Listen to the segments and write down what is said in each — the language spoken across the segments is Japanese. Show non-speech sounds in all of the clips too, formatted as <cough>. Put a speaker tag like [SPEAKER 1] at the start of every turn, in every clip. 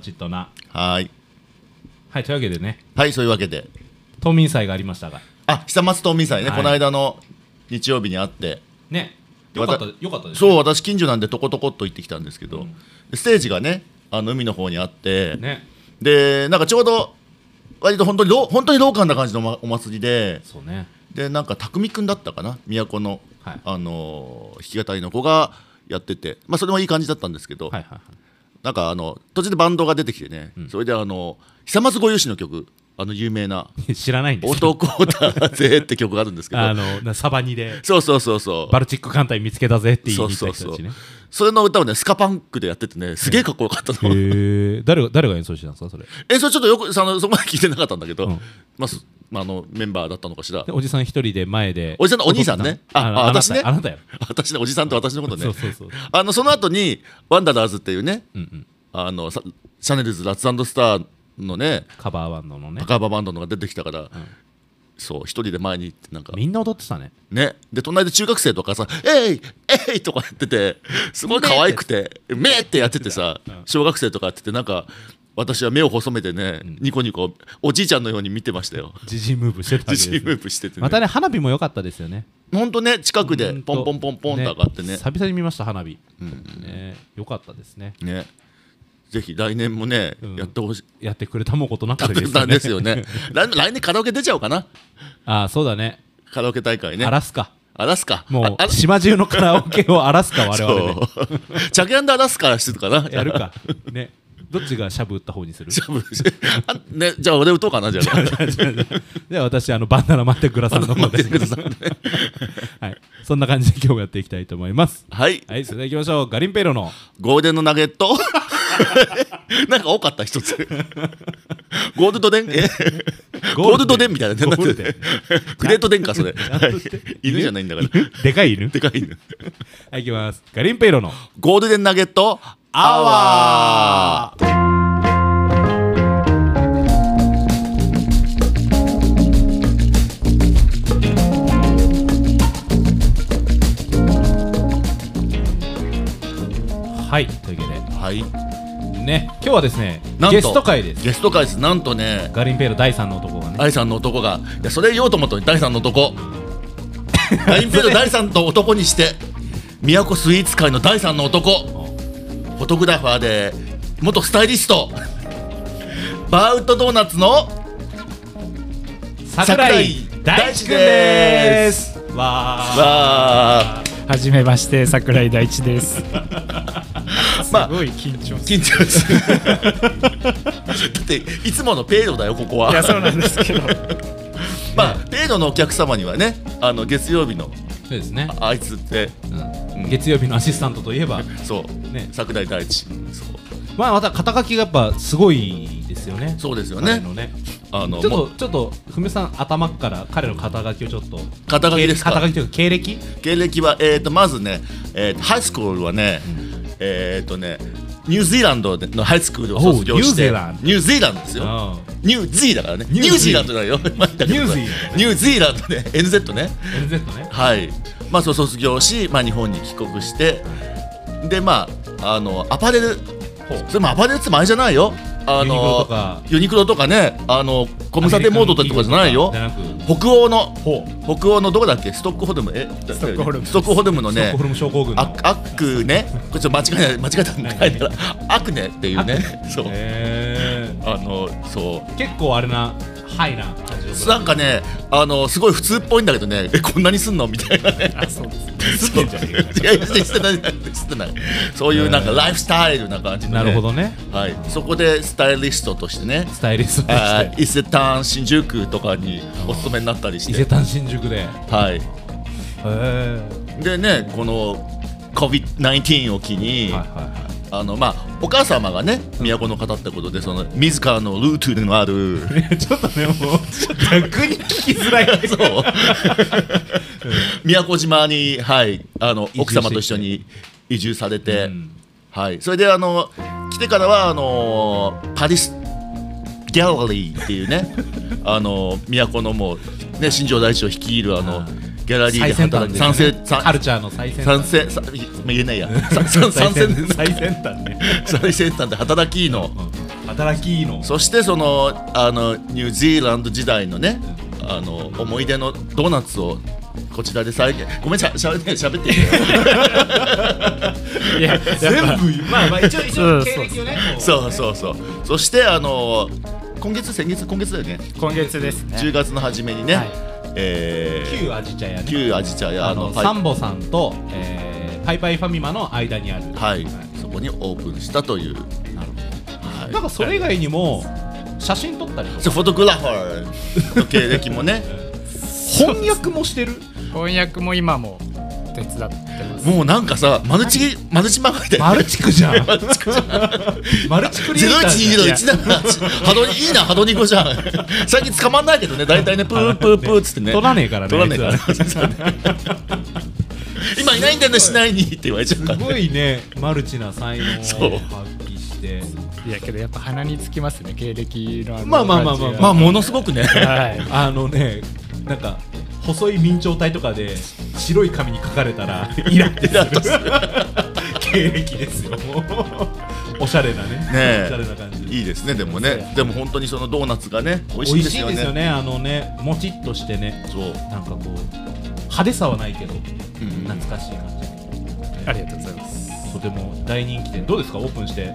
[SPEAKER 1] ちっとな
[SPEAKER 2] はーい。
[SPEAKER 1] はいというわけでね
[SPEAKER 2] はい、そういうわけで。
[SPEAKER 1] 冬眠祭がありましたが
[SPEAKER 2] あ、久松冬眠祭ね、
[SPEAKER 1] はい
[SPEAKER 2] この間の日曜日に会って。
[SPEAKER 1] ねよかったよかったですね
[SPEAKER 2] そう、私近所なんでとことこっと行ってきたんですけど、でステージがね、あの海の方にあって、
[SPEAKER 1] ね
[SPEAKER 2] で、なんかちょうど、割と本当にロー、本当にローカルな感じのおまお祭りで、
[SPEAKER 1] そうね
[SPEAKER 2] で、なんか匠くんだったかな、都の、
[SPEAKER 1] はい
[SPEAKER 2] あのー弾き語りの子がやってて、まあそれもいい感じだったんですけど、
[SPEAKER 1] はいはいはい
[SPEAKER 2] なんかあの途中でバンドが出てきてね、それであの久松ご融資の曲あの有
[SPEAKER 1] <laughs>
[SPEAKER 2] 名な
[SPEAKER 1] 知らないん
[SPEAKER 2] 「
[SPEAKER 1] ですけど
[SPEAKER 2] 男だぜ」って曲があるんですけ
[SPEAKER 1] あ
[SPEAKER 2] ど
[SPEAKER 1] のなサバニで
[SPEAKER 2] そうそうそうそう
[SPEAKER 1] バルチック艦隊見つけたぜって言いに行った人たちね
[SPEAKER 2] それの歌をねスカパンクでやっててねすげえかっこよかった
[SPEAKER 1] へ
[SPEAKER 2] の、
[SPEAKER 1] え誰が誰が演奏してたんですかそれ
[SPEAKER 2] えそれちょっとよくそのそこまで聞いてなかったんだけど、
[SPEAKER 1] うん
[SPEAKER 2] まあすまあ、あのメンバーだったのかしら <laughs>
[SPEAKER 1] でおじさん一人で前で
[SPEAKER 2] おじさんのお兄さんね
[SPEAKER 1] お父さん
[SPEAKER 2] あ
[SPEAKER 1] あのあ
[SPEAKER 2] あ
[SPEAKER 1] な
[SPEAKER 2] 私ね
[SPEAKER 1] たあなたよ
[SPEAKER 2] 私のおじさんと私のことね
[SPEAKER 1] そうそうそう
[SPEAKER 2] あのその後に「ワンダラーズ」っていうね
[SPEAKER 1] うんうん
[SPEAKER 2] あのさシャネルズ・ラッツスターのね
[SPEAKER 1] カバーバンドのね
[SPEAKER 2] パカーババンドのが出てきたから、そう一人で前に行ってなんか
[SPEAKER 1] みんな踊ってたね
[SPEAKER 2] ね、で隣で中学生とかさ「えいえい!」とかやっててすごい可愛くて「め」ってやっててさ小学生とかやっててなんか私は目を細めてね、ニコニコおじいちゃんのように見てまし
[SPEAKER 1] <laughs>
[SPEAKER 2] たよ
[SPEAKER 1] ジジイムーブしてたわけで
[SPEAKER 2] 自
[SPEAKER 1] す
[SPEAKER 2] 信ムーブしててね
[SPEAKER 1] またね花火も良かったですよね
[SPEAKER 2] ほんとね近くで
[SPEAKER 1] うん
[SPEAKER 2] ポンポンポンポンと上がってね
[SPEAKER 1] 久々に見ました花火ね良かったですね
[SPEAKER 2] ねぜひ来年もね、
[SPEAKER 1] うん
[SPEAKER 2] やってほしい
[SPEAKER 1] やってくれたもことなか
[SPEAKER 2] だ
[SPEAKER 1] ったです
[SPEAKER 2] った
[SPEAKER 1] よ
[SPEAKER 2] ん
[SPEAKER 1] ね
[SPEAKER 2] ですよね来来年カラオケ出ちゃおうかな
[SPEAKER 1] <laughs> ああそうだね
[SPEAKER 2] カラオケ大会ね
[SPEAKER 1] アラスカ
[SPEAKER 2] アラスカ
[SPEAKER 1] も
[SPEAKER 2] ああ
[SPEAKER 1] う島中のカラオケを荒らすか我々で
[SPEAKER 2] そうチャゲアンドアラスカしてるかな
[SPEAKER 1] やるかねどっちがシャブ打った方にする
[SPEAKER 2] じゃあ、 <laughs> あね、じゃあ俺打とうかな、じゃあ。
[SPEAKER 1] <laughs> では私あのバンダナ待ってグラさんの方
[SPEAKER 2] 待
[SPEAKER 1] で
[SPEAKER 2] ってくださいね
[SPEAKER 1] <laughs> はいそんな感じで今日もやっていきたいと思います
[SPEAKER 2] はい、
[SPEAKER 1] はいそれでは行きましょうガリンペイロの
[SPEAKER 2] ゴールデンのナゲット。 <laughs> なんか多かった、一つ。ゴールドデン、えゴールドデンみたいなね。
[SPEAKER 1] ゴールデン
[SPEAKER 2] だってグレートデンか、それ。
[SPEAKER 1] ちゃんとして
[SPEAKER 2] はい犬じゃないんだから。
[SPEAKER 1] 犬でかい犬
[SPEAKER 2] でかい犬。
[SPEAKER 1] はい行きますガリンペイロの
[SPEAKER 2] ゴールデンナゲット、アワー
[SPEAKER 1] はいというわけ
[SPEAKER 2] はい。
[SPEAKER 1] でね今日はですね
[SPEAKER 2] なんと
[SPEAKER 1] ゲスト会です
[SPEAKER 2] ゲスト会です。なんとね、
[SPEAKER 1] ガリンペイロ第3の男がね
[SPEAKER 2] 第三の男が、いや、それ言おうと思ったのに、第三の男。ラインペイの第三の男にして、都スイーツ界の第三の男。フォトグラファーで元スタイリストバーウッドドーナツの
[SPEAKER 1] 桜井大地くんですわー
[SPEAKER 2] わー
[SPEAKER 3] はじめまして桜井大地です。
[SPEAKER 1] <laughs>
[SPEAKER 3] す
[SPEAKER 2] まあ
[SPEAKER 3] ごい緊張す
[SPEAKER 2] 緊
[SPEAKER 3] る。
[SPEAKER 2] 張するだっていつものペイロだよここ
[SPEAKER 3] いや
[SPEAKER 2] は
[SPEAKER 3] そうなんです
[SPEAKER 1] <laughs>
[SPEAKER 3] けど。
[SPEAKER 2] まあペイロのお客様にはねあの月曜日の
[SPEAKER 1] そうですね
[SPEAKER 2] あいつって
[SPEAKER 1] うん月曜日のアシスタントといえば
[SPEAKER 2] そう、
[SPEAKER 1] ね
[SPEAKER 2] 桜井大地そう
[SPEAKER 1] まあまた肩書きがやっぱすごいですよね
[SPEAKER 2] そうですよ
[SPEAKER 1] 彼
[SPEAKER 2] ね
[SPEAKER 1] のね
[SPEAKER 2] あの
[SPEAKER 1] ちょっ
[SPEAKER 2] も
[SPEAKER 1] とちょっとふみさん頭から彼の肩書きをちょっと
[SPEAKER 2] 肩書きですか
[SPEAKER 1] 経歴肩書きというか経歴
[SPEAKER 2] 経歴は、えー、とまずね、えーとハイスクールはね、えっ、とねニュージーランドのハイスクールを卒業
[SPEAKER 1] おうニ
[SPEAKER 2] して
[SPEAKER 1] ュージーランド
[SPEAKER 2] ニュージーランドですよ
[SPEAKER 1] ああ
[SPEAKER 2] ニュージーだからね。
[SPEAKER 1] ニ
[SPEAKER 2] ニ
[SPEAKER 1] ュ
[SPEAKER 2] ュ
[SPEAKER 1] ージー
[SPEAKER 2] ージーランドだよ。今言ったけど
[SPEAKER 1] ニュージー
[SPEAKER 2] ニュージーランドね。NZ ね。
[SPEAKER 1] NZ ね
[SPEAKER 2] はい。まあそう卒業し、まあ日本に帰国して、でまああのアパレル
[SPEAKER 1] ほう、
[SPEAKER 2] それもアパレルって前じゃないよ。あ
[SPEAKER 1] ユニクロと
[SPEAKER 2] の
[SPEAKER 1] か
[SPEAKER 2] ユニクロとかね、あのコムサテモードとかじゃないよ
[SPEAKER 1] じ。ゃなくス
[SPEAKER 2] 北欧の
[SPEAKER 1] ほ
[SPEAKER 2] 北欧のどこだっけ？ストックホルムえ
[SPEAKER 3] ストックホルム
[SPEAKER 2] ストックホルムの
[SPEAKER 1] トッ
[SPEAKER 2] ね
[SPEAKER 1] クホ。ルム症候群の
[SPEAKER 2] アアックね、これちょっと間違
[SPEAKER 1] <laughs>
[SPEAKER 2] えない間違えたんだ。書いたらアクネっていうね、そう、
[SPEAKER 1] へー
[SPEAKER 2] あのそう
[SPEAKER 1] 結構あれなハイな感じのこと
[SPEAKER 2] なんかね、あのすごい普通っぽいんだけどね、えこんなにすんのみたいなね。
[SPEAKER 3] あそうです。
[SPEAKER 1] <laughs> すってんじゃねえ
[SPEAKER 2] <laughs>
[SPEAKER 1] か
[SPEAKER 2] いやいやしてないしてない。そういうなんかライフスタイルな感じの、ね。
[SPEAKER 1] なるほど。ね
[SPEAKER 2] はい。そこでスタイリストとしてね、
[SPEAKER 1] スタイリストと
[SPEAKER 2] あ
[SPEAKER 1] して
[SPEAKER 2] 伊勢丹新宿とかにお勤めになったりし
[SPEAKER 1] 伊勢
[SPEAKER 2] て、
[SPEAKER 1] 丹新宿でへ
[SPEAKER 2] はい。
[SPEAKER 1] え
[SPEAKER 2] でね、この COVID-19 を機に、
[SPEAKER 1] はいはい
[SPEAKER 2] あのまあお母様がね、都の方ってことでその自らのルートのある。
[SPEAKER 1] <laughs> はいちょっとねもう逆に聞きづらい
[SPEAKER 2] <laughs> そう。宮古島に、はい、あの奥様と一緒に移住されて、
[SPEAKER 1] うん
[SPEAKER 2] はい、それであの来てからはあのパリスギャラリーっていう
[SPEAKER 1] <laughs>
[SPEAKER 2] ね、あの都のもうね新庄大地を率いるあの
[SPEAKER 1] あ
[SPEAKER 2] ギャラリーで
[SPEAKER 1] 最先端
[SPEAKER 2] 働
[SPEAKER 1] です
[SPEAKER 2] く賛成
[SPEAKER 1] ねカ
[SPEAKER 2] 賛
[SPEAKER 1] ルチャーの最先
[SPEAKER 2] 賛
[SPEAKER 1] 端
[SPEAKER 2] 成さ言えないや、ささ
[SPEAKER 1] 最
[SPEAKER 2] 賛成
[SPEAKER 1] 先最先端ね
[SPEAKER 2] 最先端で働きの
[SPEAKER 1] うん働きいいの
[SPEAKER 2] そしてそのあのニュージーランド時代のねあの思い出のドーナツをこちらで再現ごめんしゃしゃべってしゃべっていい
[SPEAKER 3] いや、やっ
[SPEAKER 1] 全部言うまあまあ一応一応
[SPEAKER 3] うん
[SPEAKER 1] 経歴をねこう
[SPEAKER 2] そうそうそうそしてあの今月先月今月だよね
[SPEAKER 3] ぱ今月ですね。
[SPEAKER 2] 10月の初めにね、
[SPEAKER 3] はい
[SPEAKER 2] えー
[SPEAKER 1] 旧アジチャやね
[SPEAKER 2] 旧アジチャヤ
[SPEAKER 1] あ
[SPEAKER 2] あの
[SPEAKER 1] の
[SPEAKER 2] パイ
[SPEAKER 1] サンボさんとえーパイパイファミマの間にある
[SPEAKER 2] はいそこにオープンしたという、は
[SPEAKER 1] なん
[SPEAKER 2] い、
[SPEAKER 1] かそれ以外にも写真撮ったりと
[SPEAKER 2] そ
[SPEAKER 1] か
[SPEAKER 2] うフォトグラファーの経歴 <laughs> もね
[SPEAKER 1] 翻訳もしてる
[SPEAKER 3] 翻訳も今も手伝ってます。
[SPEAKER 2] もうなんかさマルチマルチマガみたいな
[SPEAKER 1] マルチクじ <laughs> ゃん
[SPEAKER 2] マルチクじゃん
[SPEAKER 1] マルチクリエイターじゃん
[SPEAKER 2] 0120の1だからハドリいいなハドリ語
[SPEAKER 1] <laughs>
[SPEAKER 2] じゃん最近捕まんないけどね大体ねプープープーっつってね
[SPEAKER 1] 取らねえからね
[SPEAKER 2] 取らねえから
[SPEAKER 1] あいつ
[SPEAKER 2] <laughs> 今いないんだよねしないにって言われちゃう
[SPEAKER 1] す
[SPEAKER 2] から
[SPEAKER 1] ごいねマルチな才能
[SPEAKER 2] そう
[SPEAKER 1] を発揮して
[SPEAKER 3] いやけどやっぱ鼻につきますね経歴のの
[SPEAKER 1] まあまあまあまあ
[SPEAKER 3] 感じが
[SPEAKER 2] まあものすごくね
[SPEAKER 3] はい。
[SPEAKER 1] あのねなんか細い明朝体とかで白い紙に書かれたらイラってする経歴ですよもうおしゃれなね
[SPEAKER 2] え
[SPEAKER 1] おしゃれな感じ
[SPEAKER 2] いいですねでもねでも本当にそのドーナツがね美味
[SPEAKER 1] 美味
[SPEAKER 2] しいで
[SPEAKER 1] し
[SPEAKER 2] す
[SPEAKER 1] い
[SPEAKER 2] よ
[SPEAKER 1] で
[SPEAKER 2] ね
[SPEAKER 1] すよねあのねもちっとしてね
[SPEAKER 2] そう
[SPEAKER 1] なんかこう派手さはないけど
[SPEAKER 2] ん
[SPEAKER 1] 懐かしい感じ
[SPEAKER 3] ありがとうございます。
[SPEAKER 1] とても大人気店どうですかオープンして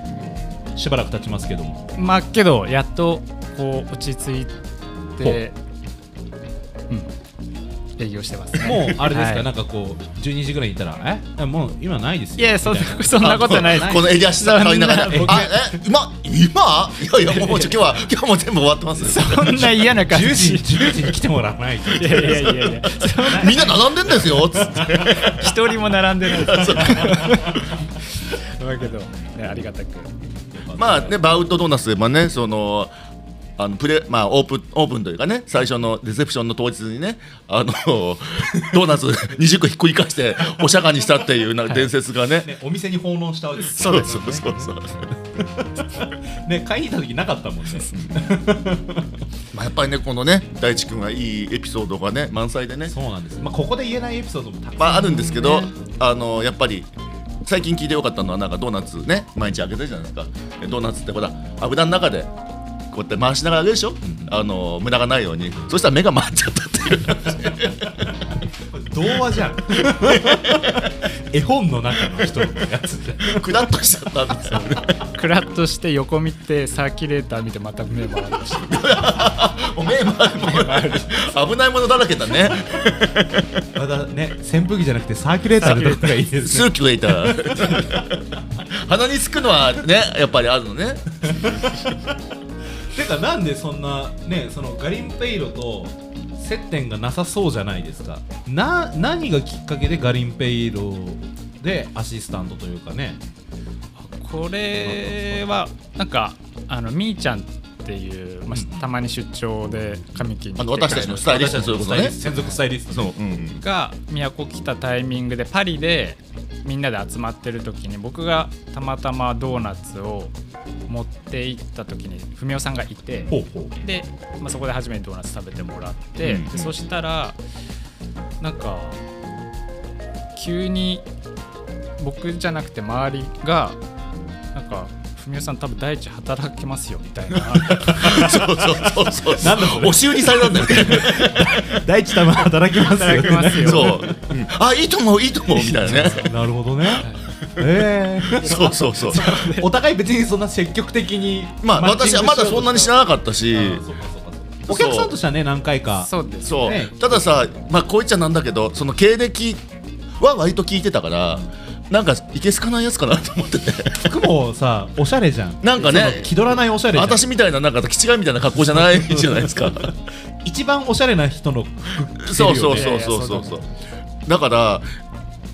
[SPEAKER 1] しばらく経ちますけども
[SPEAKER 3] まあけどやっとこう落ち着いて、うん、営業してます、ね。
[SPEAKER 1] もうあれですか、
[SPEAKER 3] はい
[SPEAKER 1] なんかこう12時ぐらいに行ったらえもう今ないですよ
[SPEAKER 3] いやそん
[SPEAKER 1] み
[SPEAKER 3] な
[SPEAKER 1] たい
[SPEAKER 3] そんなことないです。
[SPEAKER 2] この襟足さん買いながら
[SPEAKER 3] そんな僕
[SPEAKER 2] あえ今今いやいやもう今日は今日もう全部終わってます
[SPEAKER 3] こんな嫌な感
[SPEAKER 1] 10時
[SPEAKER 3] じ。
[SPEAKER 1] 10時に来てもらわないと
[SPEAKER 3] いやいやいやいや。
[SPEAKER 2] みんな並んでんですよつって
[SPEAKER 3] 一人も並んでない <laughs> です。だけど、ね、ありがたく。
[SPEAKER 2] まあね、バウトドーナツでまあね、その。あのプレまあ、オープンオープンというかね最初のレセプションの当日にねあの <laughs> ドーナツ20個ひっくり返してお釈迦にしたっていうな伝説がね、
[SPEAKER 1] ねお店に奉納したわけです
[SPEAKER 2] そ
[SPEAKER 1] よ
[SPEAKER 2] う
[SPEAKER 1] ね
[SPEAKER 2] そうそうそう、
[SPEAKER 1] ね買いに行った時なかったもんね
[SPEAKER 2] まあ、やっぱりねこのね大地君はいいエピソードがね満載でね
[SPEAKER 1] そうなんですまあここで言えないエピソードもたくさん、
[SPEAKER 2] まああるんですけど、
[SPEAKER 1] ね
[SPEAKER 2] あのやっぱり最近聞いてよかったのはなんかドーナツね毎日あげてるじゃないですかでドーナツってほら油の中でこうやって回しながらあげるでしょ、あの無駄がないようにそしたら目が回っちゃったっていう
[SPEAKER 1] 童話じゃん <laughs> 絵本の中の人のやつじゃん
[SPEAKER 2] クラッとしちゃったんですよね
[SPEAKER 3] クラッとして横見てサーキュレーター見てまた目回るし。
[SPEAKER 2] もう目回るもう危ないものだらけだね
[SPEAKER 1] まだね扇風機じゃなくてサーキュレーターで撮った方がいいです
[SPEAKER 2] ス
[SPEAKER 1] ね
[SPEAKER 2] ーキュレーター鼻につくのはねやっぱりあるのね
[SPEAKER 1] てかなんでそんなねそのガリンペイロと接点がなさそうじゃないですかな何がきっかけでガリンペイロでアシスタントというかね
[SPEAKER 3] これはなんかあのみーちゃんっていう、まあ、たまに出張で髪切りに
[SPEAKER 2] あの
[SPEAKER 3] 来て
[SPEAKER 2] 私たち
[SPEAKER 3] くれる
[SPEAKER 2] のスタイリストにそういうことね
[SPEAKER 1] 専属スタイリスト
[SPEAKER 2] そう
[SPEAKER 1] ね、
[SPEAKER 2] うん
[SPEAKER 3] が都来たタイミングでパリでみんなで集まってる時に僕がたまたまドーナツを持って行った時に文雄さんがいて
[SPEAKER 1] ほうほう
[SPEAKER 3] で、まあ、そこで初めてドーナツ食べてもらって、
[SPEAKER 2] うん
[SPEAKER 3] でそしたらなんか急に僕じゃなくて周りがなんか文雄さん多分第一働きますよみたいな
[SPEAKER 2] そうそうそうそ
[SPEAKER 1] な
[SPEAKER 2] うん
[SPEAKER 1] だそれ
[SPEAKER 2] 押し売りされたんだよね
[SPEAKER 1] 第一弾は働きますよ
[SPEAKER 3] 働きますよ
[SPEAKER 2] そう、うんあいいと思ういいと思うみたいなね
[SPEAKER 1] なるほどね、ええ
[SPEAKER 2] そうそうそう
[SPEAKER 1] お互い別にそんな積極的に
[SPEAKER 2] まあ私はまだそんなに知らなかったし
[SPEAKER 1] あそうかそうかそうかお客さんとしてはね何回か
[SPEAKER 3] そうです <laughs>
[SPEAKER 2] そう、
[SPEAKER 1] ね
[SPEAKER 2] たださまあこういっちゃなんだけどその経歴は割と聞いてたからなんかいけすかないやつかなと思ってて
[SPEAKER 1] 服もさおしゃれじゃん
[SPEAKER 2] なんかね
[SPEAKER 1] その気取らないおしゃれじゃん
[SPEAKER 2] 私みたいななんか気違いみたいな格好じゃないじゃないで
[SPEAKER 1] <laughs>
[SPEAKER 2] すか
[SPEAKER 1] 一番おしゃれな人
[SPEAKER 2] <laughs>
[SPEAKER 1] の
[SPEAKER 2] そうそうそうそうそうそうだから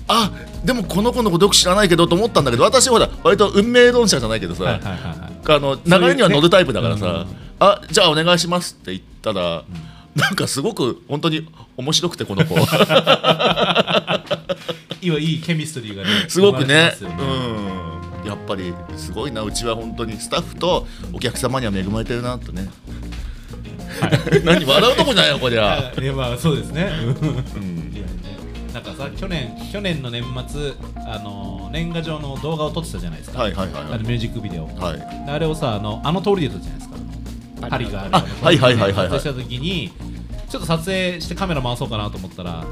[SPEAKER 2] あでもこの子のことよく知らないけどと思ったんだけど私ほら割と運命論者じゃないけどさ、
[SPEAKER 1] はいはいはいはい
[SPEAKER 2] あの
[SPEAKER 1] ういう
[SPEAKER 2] 流れには乗るタイプだからさ、
[SPEAKER 1] ねうん
[SPEAKER 2] あじゃあお願いしますって言ったら、なんかすごく本当に面白くてこの子
[SPEAKER 1] <laughs> 今いいケミストリーがね
[SPEAKER 2] すごく
[SPEAKER 1] 生まれ
[SPEAKER 2] ね
[SPEAKER 1] てますよ
[SPEAKER 2] うんやっぱりすごいなうちは本当にスタッフとお客様には恵まれてるなとね、 <laughs> 何笑うとこじゃないよこりゃ
[SPEAKER 1] いやまあそうですね。うんいやねなんかさ去年去年の年末あの年賀状の動画を撮ってたじゃないですか、
[SPEAKER 2] はいはいはい
[SPEAKER 1] あのミュージックビデオ、
[SPEAKER 2] はいはい
[SPEAKER 1] であれをさあのあの通りで撮ったじゃないですかあの針がある
[SPEAKER 2] あはいはいはいはいはい
[SPEAKER 1] 撮影した時にちょっと撮影してカメラ回そうかなと思ったら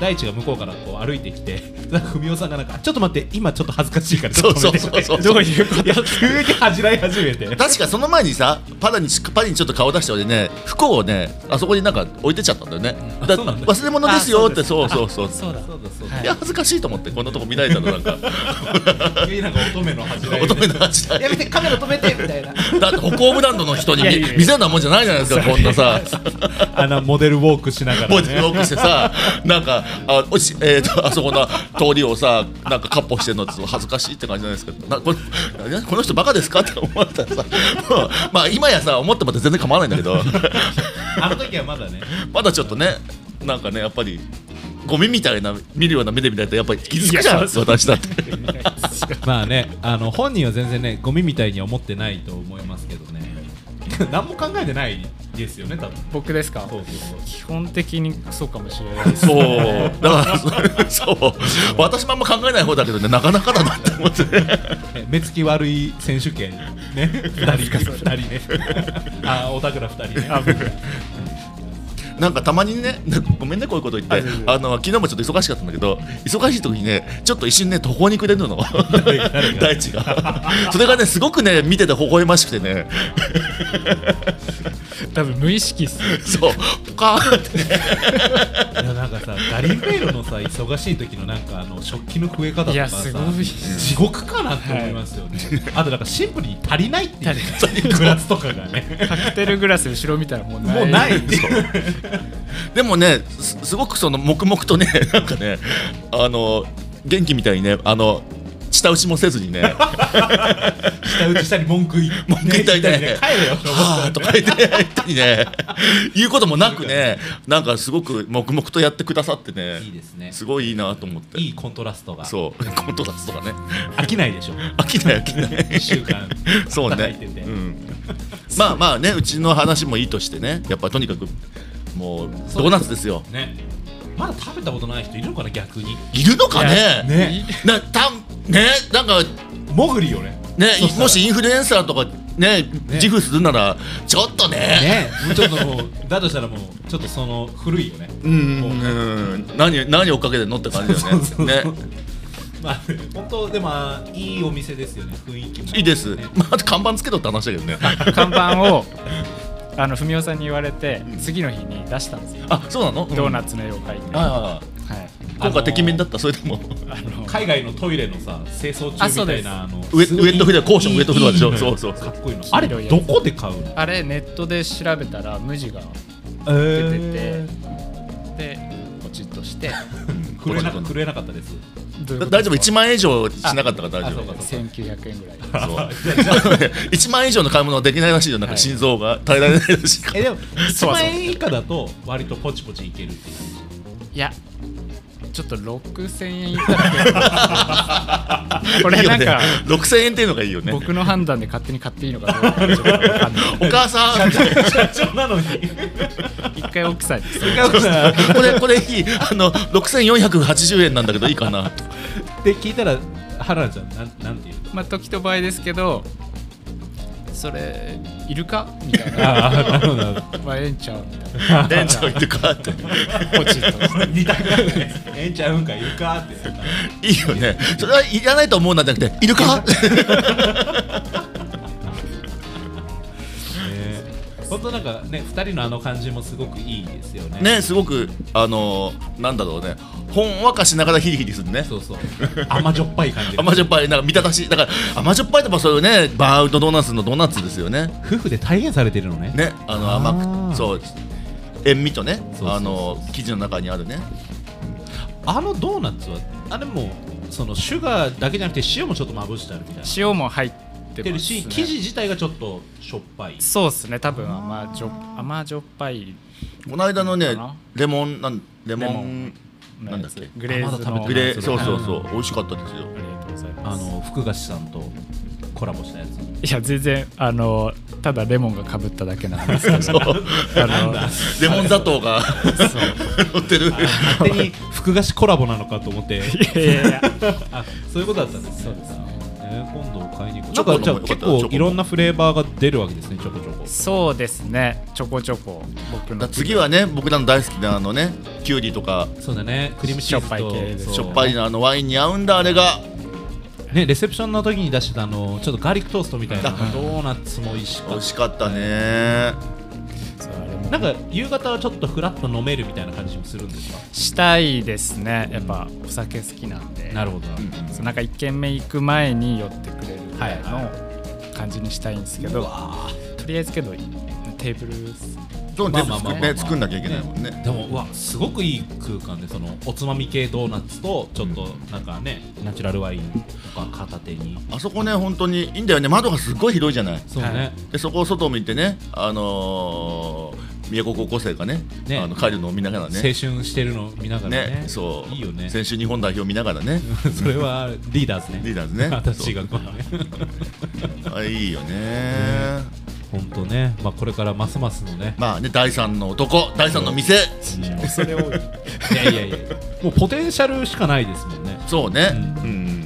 [SPEAKER 1] 大地が向こうからこう歩いてきて <laughs> なんか文雄さんがなんかちょっと待って今ちょっと恥ずかしいからちょっと止めて
[SPEAKER 2] そうそうそう <laughs> そう
[SPEAKER 1] どういうこといや急に恥じらい始めて
[SPEAKER 2] 確かその前にさパラにパリにちょっと顔出して俺ね服をねあそこになんか置いてっちゃったんだよね
[SPEAKER 1] あ
[SPEAKER 2] だ
[SPEAKER 1] そうなんだ
[SPEAKER 2] 忘れ物ですよってそうそうそう
[SPEAKER 1] そうだそうだそうだ、
[SPEAKER 2] いや恥ずかしいと思ってこんなとこ見られたのなんか
[SPEAKER 1] 急になんか乙女の恥じらい
[SPEAKER 2] 乙女の話だよ
[SPEAKER 1] やめてカメラ止めてみたいな
[SPEAKER 2] だって北欧ブランドの人に
[SPEAKER 3] いや
[SPEAKER 2] 見
[SPEAKER 3] いやいや
[SPEAKER 2] 見せるようなもんじゃないじゃないですかこんなさ
[SPEAKER 1] あのモデルウォークしながら、ね、
[SPEAKER 2] ボディロークしてさなんかあおし、えー、とあそこの通りをさなんかカッポしてるのちょっと恥ずかしいって感じじゃないですかなこなこの人バカですかって思われたらさもうまあ今やさ思ってもらって全然構わないんだけど
[SPEAKER 1] あの時はまだね
[SPEAKER 2] まだちょっとねなんかねやっぱりゴミみたいな見るような目で見られたらやっぱり傷つくじゃん
[SPEAKER 3] いやそう
[SPEAKER 2] 私だって
[SPEAKER 1] まあねあの本人は全然ねゴミみたいには思ってないと思いますけどね <laughs> 何も考えてないですよね多分
[SPEAKER 3] 僕ですか
[SPEAKER 1] そうそうそう
[SPEAKER 3] 基本的にそうかもし
[SPEAKER 2] <laughs>
[SPEAKER 3] れないです
[SPEAKER 2] そうだからそう私もあんま考えない方だけどねなかなかだなって思って
[SPEAKER 1] え目つき悪い選手権ね2人二人ねあおたくら2人ね
[SPEAKER 3] あ僕
[SPEAKER 2] なんかたまにね、なんかごめんね、こういうこと言って、あの昨日もちょっと忙しかったんだけど、忙しい時にね、ちょっと一瞬ね、途方に暮れるの、大地が。それがね、すごくね、見てて微笑ましくてね、
[SPEAKER 3] 多分無意識っす
[SPEAKER 2] そう、ポカーンってね、
[SPEAKER 1] いやなんかさガリンベイロのさ忙しい時のなんかあの食器の増え方と
[SPEAKER 3] い
[SPEAKER 1] か
[SPEAKER 3] や
[SPEAKER 1] さ
[SPEAKER 3] すごい
[SPEAKER 1] 地獄かなって思いますよね、あとなんかシンプルに足りないっていうねグラスとかがね
[SPEAKER 3] カクテルグラス後ろ見たらもうない
[SPEAKER 1] もうないっていう
[SPEAKER 2] でもね、すすごくその黙々とね、 <laughs> なんかね、あの元気みたいにね、あの下打ちもせずに <laughs> ね、は
[SPEAKER 1] 下打ちしたり文句言
[SPEAKER 2] 文句言ったりね
[SPEAKER 1] ね帰れよ
[SPEAKER 2] あとか言って、相手にね、言うこともなくね、なんかすごく黙々とやってくださってね
[SPEAKER 1] いい、ですね
[SPEAKER 2] すごいいいなと思って。
[SPEAKER 1] いいコントラストが
[SPEAKER 2] そう、コントラストがね。
[SPEAKER 1] 飽きないでしょ
[SPEAKER 2] 飽きない飽きない
[SPEAKER 1] 1週間
[SPEAKER 2] <laughs> そう
[SPEAKER 1] 叩い
[SPEAKER 2] ね
[SPEAKER 1] てて、
[SPEAKER 2] うん、まあまあねうちの話もいいとしてねやっぱとにかくもうドーナツですよ
[SPEAKER 1] ねまだ食べたことない人いるのかな逆に
[SPEAKER 2] いるのかね
[SPEAKER 1] ね
[SPEAKER 2] なたんねなんか
[SPEAKER 1] もぐりよね
[SPEAKER 2] ね
[SPEAKER 1] そしたら
[SPEAKER 2] もしインフルエンサーとかね自負するならちょっとね
[SPEAKER 1] ねもうちょっともうだとしたらもうちょっとその古いよね
[SPEAKER 2] うんうん
[SPEAKER 1] も
[SPEAKER 2] うん何何追っかけてんのって感じだよねね
[SPEAKER 1] まあ本当でもいいお店ですよね雰囲気も
[SPEAKER 2] いいです
[SPEAKER 1] ね
[SPEAKER 2] まあ看板つけとって話だけどね
[SPEAKER 3] 看板をあの文雄さんに言われて次の日に出したんですよ
[SPEAKER 2] あそうなの、うん
[SPEAKER 3] ドーナツの絵を描いて、はい
[SPEAKER 2] ああ今回てきめんだったそれでも
[SPEAKER 3] あの
[SPEAKER 1] 海外のトイレのさ清掃
[SPEAKER 3] あ
[SPEAKER 1] 中
[SPEAKER 3] そう
[SPEAKER 1] みた
[SPEAKER 3] で
[SPEAKER 1] い
[SPEAKER 3] す
[SPEAKER 1] なあの
[SPEAKER 2] ウエウエットフロア
[SPEAKER 1] コ
[SPEAKER 2] コ
[SPEAKER 1] ー
[SPEAKER 2] ーションウエットフロアでしょ
[SPEAKER 1] そ
[SPEAKER 2] そうう
[SPEAKER 1] そ
[SPEAKER 2] そうう
[SPEAKER 1] か
[SPEAKER 2] そう
[SPEAKER 1] っこいいのあれどこで買うの
[SPEAKER 3] あれネットで調べたら無地が
[SPEAKER 1] 出
[SPEAKER 3] 出ててでポチッとして
[SPEAKER 1] くれなくれなかったです
[SPEAKER 3] どういうこと
[SPEAKER 2] <laughs> 大丈夫
[SPEAKER 3] です
[SPEAKER 2] 1
[SPEAKER 3] か
[SPEAKER 2] 万円以上しなかったから大丈
[SPEAKER 1] あそう
[SPEAKER 2] 夫
[SPEAKER 1] か
[SPEAKER 3] 1900円ぐらい
[SPEAKER 2] <laughs> 1万円以上の買い物はできないらしいよ、なんか心臓が耐えられないらしいか
[SPEAKER 1] <laughs>
[SPEAKER 2] ら。
[SPEAKER 1] えでも1
[SPEAKER 3] そう
[SPEAKER 1] 万円以下だと割とポチポチいけるっていう
[SPEAKER 3] いやちょっと6000円いただ
[SPEAKER 2] <laughs>
[SPEAKER 3] けこれなん
[SPEAKER 2] いいよ
[SPEAKER 3] か
[SPEAKER 2] ね、6000円っていうのがいいよね。
[SPEAKER 3] 僕の判断で勝手に買っていいのかどうかちょっとわか
[SPEAKER 2] <laughs>
[SPEAKER 3] んない
[SPEAKER 2] お母さん、
[SPEAKER 1] 社長なのに
[SPEAKER 3] 一回奥さんにそれ
[SPEAKER 1] っ
[SPEAKER 2] これ、これいい、あの6480円なんだけど、いいかな。
[SPEAKER 1] て聞いたら原田ちゃんなんなんて言う
[SPEAKER 3] まあ時と場合ですけどそれいるかみたい
[SPEAKER 1] あ
[SPEAKER 3] な
[SPEAKER 1] あなるほどなるほ
[SPEAKER 3] まあええんちゃうみたいな
[SPEAKER 2] レンちゃんいるかって、
[SPEAKER 3] ポチッと
[SPEAKER 1] ど似たくねえんちゃうんかいるかって
[SPEAKER 2] いいよね。それはいらないと思うなんじゃなくて、いるか。
[SPEAKER 1] 本当なんかね二人のあの感じもすごくいいですよね
[SPEAKER 2] ね、すごく、あの、なんだろうね、ほんわかしながらヒリヒリするね。
[SPEAKER 1] そうそう甘じょっぱい感じ
[SPEAKER 2] 甘じょっぱい、なんか見たたし、だから、甘じょっぱいとか、そういうね、バーアウトドーナツのドーナツですよね。
[SPEAKER 1] 夫婦で体現されてるのね
[SPEAKER 2] ね、あの
[SPEAKER 1] あー
[SPEAKER 2] 甘く、そう、塩味とね
[SPEAKER 1] そうそう、そう
[SPEAKER 2] あの生地の中にあるね。
[SPEAKER 1] あのドーナツはあれもそのシュガーだけじゃなくて塩もちょっとまぶしてあるみたいな
[SPEAKER 3] 塩も入って
[SPEAKER 1] て
[SPEAKER 3] ま
[SPEAKER 1] る
[SPEAKER 3] す、
[SPEAKER 1] し
[SPEAKER 3] ね、
[SPEAKER 1] 生地自体がちょっとしょっぱい
[SPEAKER 3] そうですね多分甘じょ甘じょっぱい
[SPEAKER 2] この間の
[SPEAKER 3] か
[SPEAKER 2] ね
[SPEAKER 3] な、
[SPEAKER 2] レモン、なん、レモ
[SPEAKER 3] レモ
[SPEAKER 2] ン、
[SPEAKER 3] のやつ
[SPEAKER 2] なんだっ
[SPEAKER 3] グレーズ
[SPEAKER 1] あまだ食
[SPEAKER 3] の
[SPEAKER 1] べ
[SPEAKER 2] グレー、
[SPEAKER 1] そ
[SPEAKER 2] そうう
[SPEAKER 1] だ
[SPEAKER 2] そうそう、美味しかったですよ。
[SPEAKER 3] ありがとうござい
[SPEAKER 1] あ
[SPEAKER 3] ます
[SPEAKER 1] の福菓子さんとコラボしたやつ
[SPEAKER 3] いや全然あのただレモンがかぶっただけなんです
[SPEAKER 1] <laughs>
[SPEAKER 3] けどあの
[SPEAKER 2] <laughs> レモン砂糖が
[SPEAKER 3] そう
[SPEAKER 2] <laughs> 乗ってる
[SPEAKER 1] 勝手に福菓子コラボなのかと思って
[SPEAKER 3] いやいやいや
[SPEAKER 1] あそういうことだったんですね
[SPEAKER 3] そうですね
[SPEAKER 1] えー今度買いに行こう
[SPEAKER 2] チ
[SPEAKER 1] なん
[SPEAKER 2] ョコ
[SPEAKER 1] か
[SPEAKER 2] の方
[SPEAKER 1] じゃあ
[SPEAKER 2] よかった
[SPEAKER 1] 結
[SPEAKER 2] チョ
[SPEAKER 1] 構
[SPEAKER 2] コ
[SPEAKER 1] いろんなフレーバーが出るわけですねちょこちょこ
[SPEAKER 3] そうですねちょこちょこ僕の
[SPEAKER 2] だ次はね僕らの大好きなあのねキュウリとか
[SPEAKER 1] そうだねクリームチーズと
[SPEAKER 3] しょっぱい系です
[SPEAKER 1] そう
[SPEAKER 2] しょっぱいのあのワインに合うんだあれが
[SPEAKER 1] ねレセプションの時に出してたあのちょっとガーリックトーストみたいな
[SPEAKER 2] あ
[SPEAKER 1] ドーナツもいいし
[SPEAKER 2] 美味しかったね
[SPEAKER 3] そうあれも
[SPEAKER 1] なんか夕方はちょっとフラッと飲めるみたいな感じもするんですか
[SPEAKER 3] したいですねやっぱお酒好きなんで
[SPEAKER 1] なるほど、
[SPEAKER 3] そうなんか1軒目行く前に寄ってくれるぐらい
[SPEAKER 1] はい
[SPEAKER 3] の感じにしたいんですけど、とりあえずけどテーブル
[SPEAKER 2] そう
[SPEAKER 1] ま
[SPEAKER 2] ね
[SPEAKER 1] あまあまあまあ
[SPEAKER 2] ね作んなきゃいけないもんね
[SPEAKER 1] でもうわすごくいい空間でそのおつまみ系ドーナツとちょっとなんかね、ナチュラルワインとか片手に
[SPEAKER 2] あそこね本当にいいんだよね窓がすっごい広いじゃない
[SPEAKER 1] そうね、
[SPEAKER 3] はい
[SPEAKER 2] でそこを外を見てねあのー、宮古高校生がね
[SPEAKER 1] ね
[SPEAKER 2] あの帰るのを見ながら
[SPEAKER 1] 青
[SPEAKER 2] ね
[SPEAKER 1] 春してるの見ながらね
[SPEAKER 2] ねそう
[SPEAKER 1] いいよね
[SPEAKER 2] 先週日本代表見ながら
[SPEAKER 1] <laughs>
[SPEAKER 2] ね
[SPEAKER 1] それはリーダーですね
[SPEAKER 2] リーダーズね
[SPEAKER 1] 私がこのね
[SPEAKER 2] そうあいいよね
[SPEAKER 1] 本当ね、まあ、これからますますのね
[SPEAKER 2] まあね第三の男第三の店
[SPEAKER 3] 恐
[SPEAKER 1] <laughs>
[SPEAKER 3] れ多い
[SPEAKER 1] いやいやいやもうポテンシャルしかないですもんね
[SPEAKER 2] そうね
[SPEAKER 1] う
[SPEAKER 2] うん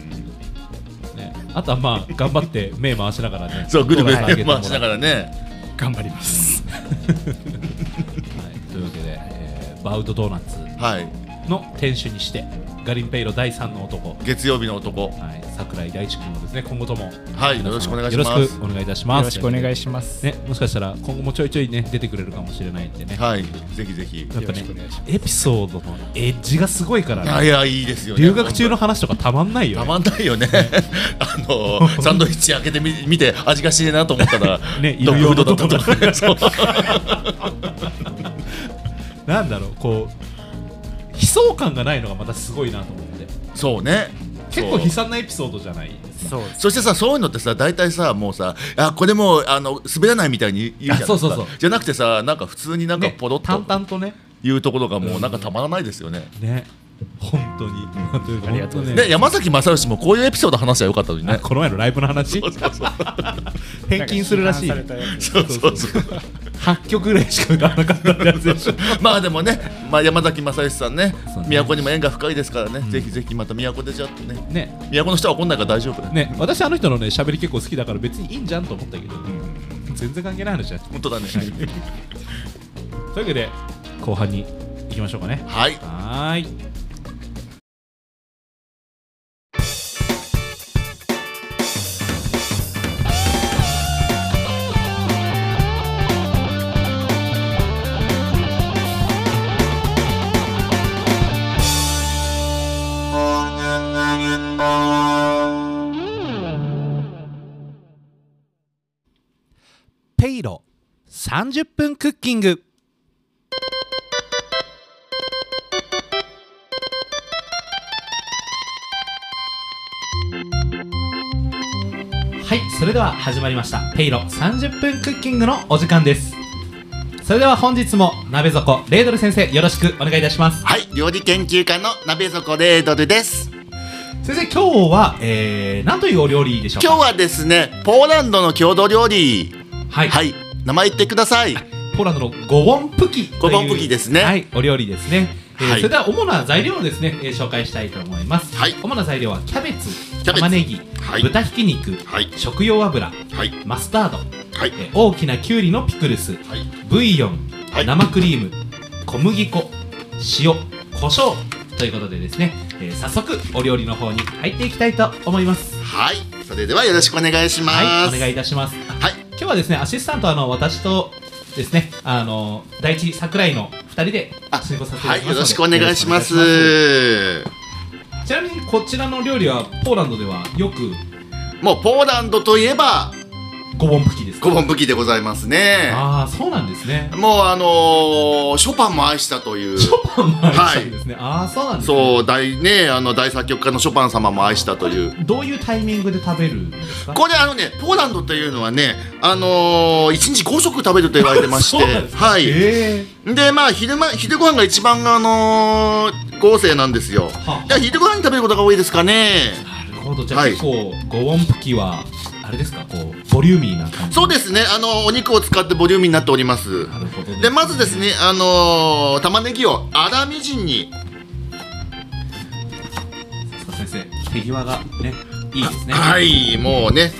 [SPEAKER 1] ねあとはまあ頑張って目回しながらね
[SPEAKER 2] <laughs> そうぐるぐる
[SPEAKER 1] 動画上げてもらっ
[SPEAKER 2] 回しながらね
[SPEAKER 3] 頑張ります
[SPEAKER 1] はい、というわけで、えーバウトドーナツ
[SPEAKER 2] はい
[SPEAKER 1] の店主にしてガリンペイロ第3の男、は
[SPEAKER 2] 月曜日の男
[SPEAKER 1] い、桜井大地君もですね今後とも
[SPEAKER 2] はい
[SPEAKER 1] 皆様
[SPEAKER 2] よろしくお願いし
[SPEAKER 1] よ
[SPEAKER 2] ます
[SPEAKER 1] ろしくお願いいたします
[SPEAKER 3] よろしくお願いします、
[SPEAKER 1] ねもしかしたら今後もちょいちょいね出てくれるかもしれないんでね、
[SPEAKER 2] はいぜひぜひ
[SPEAKER 1] やっぱね
[SPEAKER 3] よろしくお願いしま
[SPEAKER 1] エピソードのエッジがすごいからね
[SPEAKER 2] いやいいですよね
[SPEAKER 1] 留学中の話とかたまんないよ
[SPEAKER 2] た
[SPEAKER 1] ね
[SPEAKER 2] まんな
[SPEAKER 1] <laughs>
[SPEAKER 2] いよねあのーサンドイッチ開けてみ <laughs> 見て味がしねえなと思ったら
[SPEAKER 1] ね
[SPEAKER 2] ドッグフードだったと
[SPEAKER 1] いろい
[SPEAKER 2] か <laughs> そう
[SPEAKER 1] なんだろうこう悲壮感がないのがまたすごいなと思って
[SPEAKER 2] そうね
[SPEAKER 1] 結構悲
[SPEAKER 2] そう
[SPEAKER 1] 惨なエピソードじゃないですか
[SPEAKER 3] そうです
[SPEAKER 2] そしてさそういうのってさ大体さもうさあこれもうあの滑らないみたいに言うじゃん
[SPEAKER 1] あそうそうそう
[SPEAKER 2] じゃなくてさなんか普通になんか
[SPEAKER 1] ね
[SPEAKER 2] ポロッ
[SPEAKER 1] 淡
[SPEAKER 2] と
[SPEAKER 1] 々とね
[SPEAKER 2] 言うところがもうなんかたまらないですよね、
[SPEAKER 1] ね本当に、というか
[SPEAKER 3] ありがとうござい
[SPEAKER 1] 本当
[SPEAKER 2] ね山崎正義もこういうエピソード話せばよかったのに
[SPEAKER 1] あ
[SPEAKER 2] ね
[SPEAKER 1] この前のライブの話
[SPEAKER 2] そうそうそう
[SPEAKER 1] 返金するらしい
[SPEAKER 3] なんか批判されたやつ
[SPEAKER 2] そうそうそう
[SPEAKER 1] 8曲ぐらいしか歌わなかったってやつ
[SPEAKER 3] <laughs>
[SPEAKER 1] でしょ
[SPEAKER 2] <laughs> まあでもね、まあ、山崎正義さんね
[SPEAKER 1] そうね
[SPEAKER 2] 都にも縁が深いですからね、ぜひぜひまた都でじゃあね
[SPEAKER 1] ね
[SPEAKER 2] 都の人は怒んないから大丈夫だね
[SPEAKER 1] ね私あの人のね喋り結構好きだから別にいいんじゃんと思ったけど、全然関係ない話だ
[SPEAKER 2] 本
[SPEAKER 1] <laughs>
[SPEAKER 2] 当だね
[SPEAKER 1] というわけで後半に行きましょうかね
[SPEAKER 2] はい
[SPEAKER 1] はーいペイロ30分クッキングはいそれでは始まりましたペイロ30分クッキングのお時間ですそれでは本日も鍋底レードル先生よろしくお願いいたします
[SPEAKER 2] はい料理研究家の鍋底レードルです
[SPEAKER 1] 先生今日は、えー、何というお料理でしょう
[SPEAKER 2] 今
[SPEAKER 1] か
[SPEAKER 2] 日はですねポーランドの郷土料理
[SPEAKER 1] はい、
[SPEAKER 2] はい名前言ってください
[SPEAKER 1] ポーランドのゴボンプキという
[SPEAKER 2] ゴボンプキですね
[SPEAKER 1] はいお料理ですね、えー
[SPEAKER 2] はい
[SPEAKER 1] それでは主な材料をですね、えー紹介したいと思います、
[SPEAKER 2] はい
[SPEAKER 1] 主な材料はキャベツ
[SPEAKER 2] キャベツ
[SPEAKER 1] 玉ねぎ、
[SPEAKER 2] はい
[SPEAKER 1] 豚ひき肉、
[SPEAKER 2] はい
[SPEAKER 1] 食用油
[SPEAKER 2] はい
[SPEAKER 1] マスタード、
[SPEAKER 2] はい
[SPEAKER 1] えー大きなきゅうりのピクルス、
[SPEAKER 2] はい
[SPEAKER 1] ブイヨン、
[SPEAKER 2] はい
[SPEAKER 1] 生クリーム小麦粉塩胡椒ということでですね、えー早速お料理の方に入っていきたいと思います
[SPEAKER 2] はいそれではよろしくお願いします
[SPEAKER 1] はいお願いい
[SPEAKER 2] い
[SPEAKER 1] たします
[SPEAKER 2] はい
[SPEAKER 1] 今日はですねアシスタントあの私とですねあの第一桜井の二人で進行させていただきますので、
[SPEAKER 2] はいよろしくお願いしま
[SPEAKER 1] よろしくお願いし
[SPEAKER 2] す
[SPEAKER 1] ますちなみにこちらの料理はポーランドではよく
[SPEAKER 2] もうポーランドといえば
[SPEAKER 1] ゴボンプキですか
[SPEAKER 2] ゴボン武器でございますね
[SPEAKER 1] ああそうなんですね
[SPEAKER 2] もうあのーショパンも愛したという
[SPEAKER 1] ショパンも愛したんですね、ああそうなんですね
[SPEAKER 2] そう大ねあの大作曲家のショパン様も愛したという
[SPEAKER 1] どういうタイミングで食べるんですか
[SPEAKER 2] これあのねポーランドというのはねあのー、1日5食食べると言われてまし
[SPEAKER 1] そうなんで
[SPEAKER 2] て
[SPEAKER 1] す
[SPEAKER 2] はい
[SPEAKER 1] え
[SPEAKER 2] でまあ昼間昼ご飯が一番あのー、豪勢なんですよ
[SPEAKER 1] はあ
[SPEAKER 2] じゃあ昼ご飯に食べることが多いですかね
[SPEAKER 1] ー、なるほどじゃあ
[SPEAKER 2] はい
[SPEAKER 1] 結構、ゴボンプキはあれですかこうボリューミーな感じ
[SPEAKER 2] そうですねあのお肉を使ってボリューミーになっております
[SPEAKER 1] なるほどね
[SPEAKER 2] でまずですねあのー玉ねぎを粗みじんに
[SPEAKER 1] さすが先生手際がねいいですね
[SPEAKER 2] はいもうね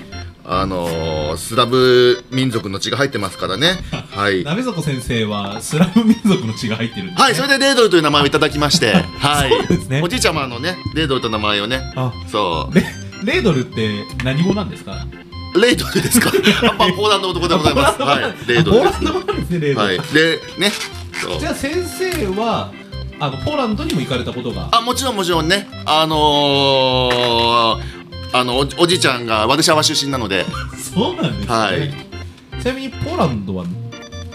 [SPEAKER 2] あのースラブ民族の血が入ってますか
[SPEAKER 1] <laughs>
[SPEAKER 2] らねはい
[SPEAKER 1] 鍋底先生はスラム民族の血が入ってるんですね
[SPEAKER 2] はいそれでレードルという名前をいただきまして
[SPEAKER 1] <laughs>
[SPEAKER 2] はい
[SPEAKER 1] そうですね
[SPEAKER 2] おじいちゃまのねレードルという名前をね
[SPEAKER 1] あ
[SPEAKER 2] そ
[SPEAKER 1] レレードルって何語なんですか
[SPEAKER 2] うレードルで
[SPEAKER 1] <laughs>
[SPEAKER 2] すかあまあポーランドの男でございますはいレード
[SPEAKER 1] ポー
[SPEAKER 2] ル
[SPEAKER 1] ラ
[SPEAKER 2] です
[SPEAKER 1] ンド語なんですねレードル、
[SPEAKER 2] はいでねそう
[SPEAKER 1] じゃあ先生はあのポーランドにも行かれたことが
[SPEAKER 2] あもちろんもちろんねあのー、あのおおじいちゃんがワルシャワ出身なので
[SPEAKER 1] そうなんですね、
[SPEAKER 2] はい
[SPEAKER 1] ちなみにポーランドは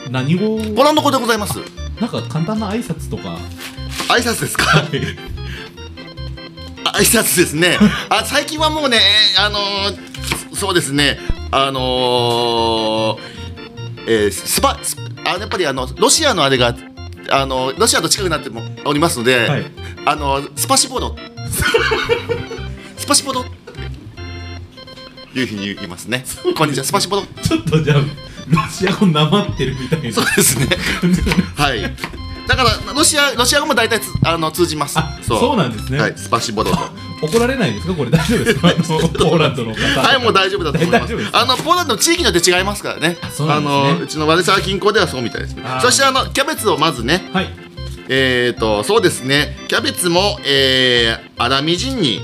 [SPEAKER 1] 何語
[SPEAKER 2] ポーランド語でございます
[SPEAKER 1] なんか簡単な挨拶とか
[SPEAKER 2] 挨拶ですかあ挨拶ですねあ最近はもうねえーあのーそそうですねあのーえースパスあやっぱりあのロシアのあれがあのロシアと近くなってもおりますので、
[SPEAKER 1] はい
[SPEAKER 2] あのスパシボドスパシボドいうふうに言いますねこんにちはスパシボド
[SPEAKER 1] ちょっとじゃあロシア語なまってるみたいな
[SPEAKER 2] そうですねはいだからロシアロシア語も大体つあの通じます
[SPEAKER 1] あそうなんですね
[SPEAKER 2] はいスパシボドと
[SPEAKER 1] 怒られないですかこれ大丈夫です
[SPEAKER 2] <laughs>
[SPEAKER 1] かあのポーランドの方
[SPEAKER 2] はい、もう大丈夫だと思い
[SPEAKER 1] <laughs>
[SPEAKER 2] ま
[SPEAKER 1] 大
[SPEAKER 2] す
[SPEAKER 1] 丈夫です。か
[SPEAKER 2] あのポーランドの地域によって違いますからね。
[SPEAKER 1] そうなんですね
[SPEAKER 2] あのうちのワルサワ近郊ではそうみたいですね
[SPEAKER 1] あー。
[SPEAKER 2] そしてあのキャベツをまずね、
[SPEAKER 1] はい
[SPEAKER 2] えっ、とそうですね、キャベツも、えー、粗みじんに、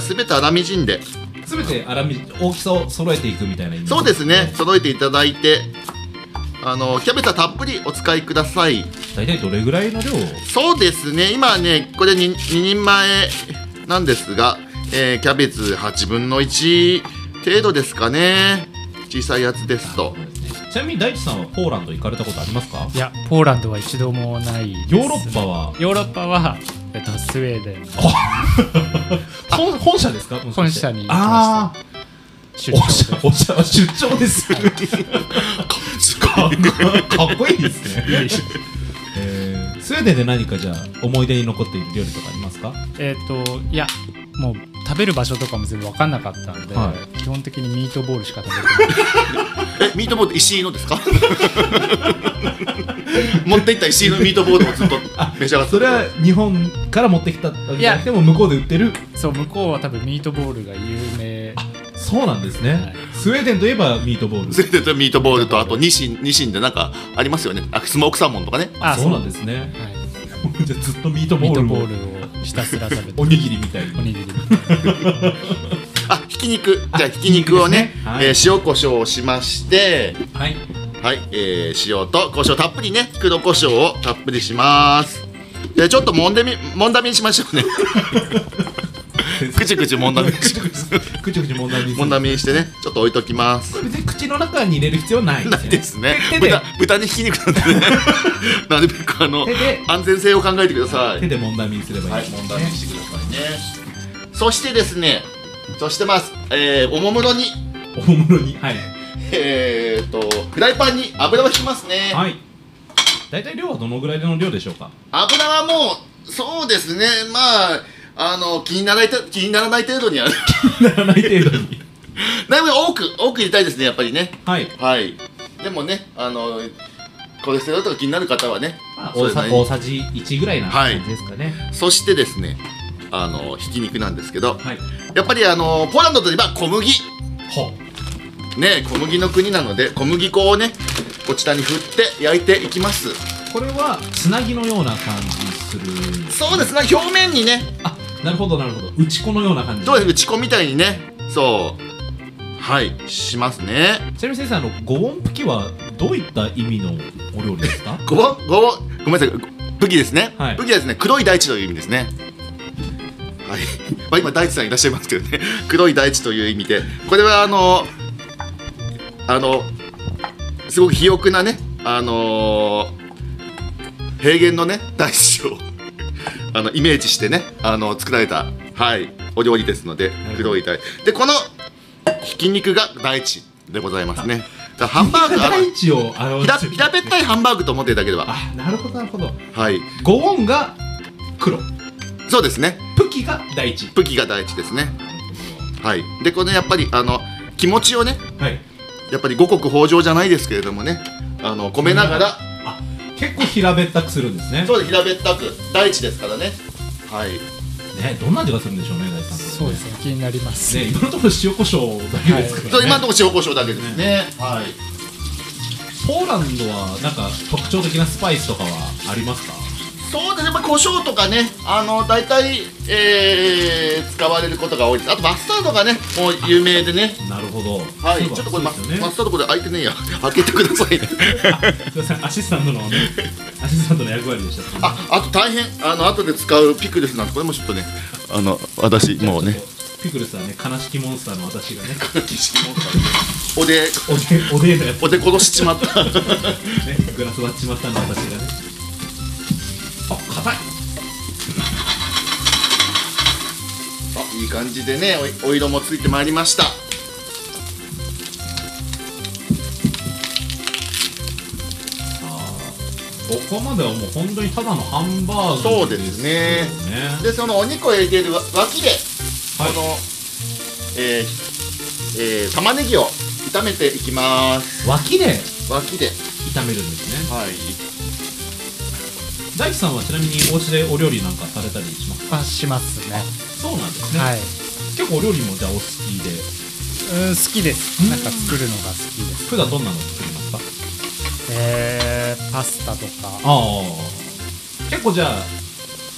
[SPEAKER 2] すべて粗みじんで、
[SPEAKER 1] すべて粗み大きさを揃えていくみたいなイメージ
[SPEAKER 2] そうですね、揃えていただいて、あのキャベツはたっぷりお使いください。
[SPEAKER 1] 大体どれぐらいの量を
[SPEAKER 2] そうですね、今ね、これ 2, 人前なんですが、えーキャベツ8分の1程度ですかね、小さいやつですと。
[SPEAKER 1] ちなみに大地さんはポーランド行かれたことありますか
[SPEAKER 3] いやポーランドは一度もないです
[SPEAKER 1] ヨーロッパは
[SPEAKER 3] ヨーロッパは、えっと、スウェーデン
[SPEAKER 1] 本本社ですかもしかして
[SPEAKER 3] 本社に行きました
[SPEAKER 1] ああ
[SPEAKER 3] 出
[SPEAKER 1] おし
[SPEAKER 3] 張
[SPEAKER 1] ゃおしゃ出張ですかかっこいいですねえースウェーデンで何かじゃあ思い出に残っている料理とかありますか
[SPEAKER 3] でえっといやもう食べる場所とかも全部分かんなかったんで、
[SPEAKER 1] は
[SPEAKER 3] 基本的にミートボールしか食べてない
[SPEAKER 2] えミートボールって石井のですか <laughs> 持っていった石井のミートボールをずっと召し上がって
[SPEAKER 1] それは日本から持ってきたわけじゃなくても向こうで売ってる
[SPEAKER 3] <laughs> そう向こうは多分ミートボールが有名
[SPEAKER 1] そうなんですね、
[SPEAKER 3] はい
[SPEAKER 1] スウェーデンといえばミートボール
[SPEAKER 2] 全然ミートボールとあとニシンニシンでなんかありますよねあスモークサーモンとかね
[SPEAKER 3] あ、
[SPEAKER 1] そうなんですすね
[SPEAKER 3] はい、
[SPEAKER 1] じゃあずっとミートボ
[SPEAKER 3] ミー
[SPEAKER 1] ー
[SPEAKER 3] ト
[SPEAKER 1] ル
[SPEAKER 3] ボ
[SPEAKER 1] を
[SPEAKER 3] ールをひたすら食べて
[SPEAKER 1] おにぎりみたい
[SPEAKER 3] お
[SPEAKER 1] に
[SPEAKER 3] にぎり
[SPEAKER 2] あひき肉じゃあひき肉を
[SPEAKER 1] ひ
[SPEAKER 2] ね
[SPEAKER 1] き肉ですねはい
[SPEAKER 2] えー塩コショウをしまして
[SPEAKER 1] はい
[SPEAKER 2] はい、えー塩と胡椒たっぷりね黒胡椒をたっぷりしますでちょっともんでみもんだみにしましょうね <laughs> くちゅくちゅもんだみにし
[SPEAKER 1] くちゅくちゅ問題にす
[SPEAKER 2] も
[SPEAKER 1] る
[SPEAKER 2] んだみにしてねちょっと置いときます
[SPEAKER 1] 別に口の中に入れる必要はない
[SPEAKER 2] ないですね。
[SPEAKER 1] 手で
[SPEAKER 2] 豚豚にひき肉なん
[SPEAKER 1] <laughs>
[SPEAKER 2] でね。なるべくあの
[SPEAKER 1] 手で
[SPEAKER 2] 安全性を考えてください。
[SPEAKER 1] 手で問題にすればいい、
[SPEAKER 2] はい、問題にしてくださいね。そしてですね、そしてます。えー、おもむろに、
[SPEAKER 1] おもむろにはい
[SPEAKER 2] えー、とフライパンに油をひきますね。
[SPEAKER 1] はい大体量はどのぐらいの量でしょうか
[SPEAKER 2] 油はもうそうですね。まああの気にならない気にな <laughs> らない程度にある。
[SPEAKER 1] <laughs> ならない程度に
[SPEAKER 2] だいぶ多く多く入れたいですね。やっぱりね。
[SPEAKER 1] はい
[SPEAKER 2] はい。でもね、あのコレステロールとか気になる方はね、
[SPEAKER 1] まあ
[SPEAKER 2] そ
[SPEAKER 1] 大
[SPEAKER 2] れな
[SPEAKER 1] さ
[SPEAKER 2] りに
[SPEAKER 1] 大さじ1ぐらいな
[SPEAKER 2] はい
[SPEAKER 1] 感じですかね
[SPEAKER 2] そしてですね、あのひき肉なんですけど、
[SPEAKER 1] はい
[SPEAKER 2] やっぱりあのポーランドといえば小麦、
[SPEAKER 1] ほ
[SPEAKER 2] ね、小麦の国なので小麦粉をねこちらに振って焼いていきます
[SPEAKER 1] これはつなぎのような感じする
[SPEAKER 2] そうですね表面にね
[SPEAKER 1] あなるほどなるほど打ち粉のような感じ
[SPEAKER 2] どうやら打ち粉みたいにねそうはいしますね
[SPEAKER 1] ちなみに先生あの五音吹きはどういった意味のお料理です
[SPEAKER 2] <laughs>
[SPEAKER 1] か
[SPEAKER 2] ごぼごぼごめんなさい武器ですね、
[SPEAKER 1] はい
[SPEAKER 2] 武器はですね黒い大地という意味ですねはい、 <laughs> まあ、今大地さんいらっしゃいますけどね <laughs> 黒い大地という意味でこれはあのあのすごく肥沃なねあの平原のね大地を <laughs> あのイメージしてねあの作られたはいお料理ですので
[SPEAKER 1] るほど
[SPEAKER 2] 黒い大地でこのひき肉が大地でございますねだからハンバーグあの
[SPEAKER 1] <laughs> 大地を表
[SPEAKER 2] 平
[SPEAKER 1] して
[SPEAKER 2] 平べったいハンバーグと思っていただければ
[SPEAKER 1] あなるほどなるほど
[SPEAKER 2] はい
[SPEAKER 1] 五音が黒
[SPEAKER 2] そうですね
[SPEAKER 1] プキが大地
[SPEAKER 2] 武器が第一ですねはいでこのやっぱりあの気持ちをね
[SPEAKER 1] はい
[SPEAKER 2] やっぱり五穀豊穣じゃないですけれどもねあの込めながら、
[SPEAKER 1] あ結構平べったくするんですね
[SPEAKER 2] そうです平べったく大地ですからねはい
[SPEAKER 1] ねどんな味がするんでしょうね大地さん
[SPEAKER 3] そうですね気になります、
[SPEAKER 1] ね今のところ塩コショウだけですからね、
[SPEAKER 2] そう今のところ塩コショウだけですねはい
[SPEAKER 1] ポーランドはなんか特徴的なスパイスとかはありますか
[SPEAKER 2] そうですねまあ胡椒とかねあの大体、えー、使われることが多いですあとマスタードがねもう有名でね
[SPEAKER 1] なるほど
[SPEAKER 2] はい
[SPEAKER 1] そういえば
[SPEAKER 2] ちょっとこれマ,、
[SPEAKER 1] そうですよね
[SPEAKER 2] マスタードこれ開いてねえや開けてくださいね
[SPEAKER 1] すいませんアシスタントのねアシスタントの役割でした
[SPEAKER 2] ああと大変あの後で使うピクルスなんてこれもちょっとねあの私もうね <laughs>
[SPEAKER 1] ピクルスはね悲しきモンスターの私がね
[SPEAKER 2] おで
[SPEAKER 1] おでおでんのやつ
[SPEAKER 2] おで殺しちまった
[SPEAKER 1] ねグラス割っちまったの私がねあ硬い
[SPEAKER 2] いい感じでねおお色もついてまいりました
[SPEAKER 1] ここまではもう本当にただのハンバーグ
[SPEAKER 2] そうです
[SPEAKER 1] で
[SPEAKER 2] ね
[SPEAKER 1] すよね
[SPEAKER 2] でそのお肉を入れているわ脇で
[SPEAKER 1] はい
[SPEAKER 2] この、えーえー玉ねぎを炒めていきます
[SPEAKER 1] 脇で
[SPEAKER 2] 脇で
[SPEAKER 1] 炒めるんですね
[SPEAKER 2] はい
[SPEAKER 1] 大地さんはちなみにお家でお料理なんかされたりします
[SPEAKER 3] あしますね
[SPEAKER 1] そうなんですね、
[SPEAKER 3] はい、
[SPEAKER 1] 結構お料理もじゃあお好きで
[SPEAKER 3] うん、好きですなんか作るのが好きです
[SPEAKER 1] 普段どんなの作りますか
[SPEAKER 3] えー、パスタとか
[SPEAKER 1] ああ結構じゃあ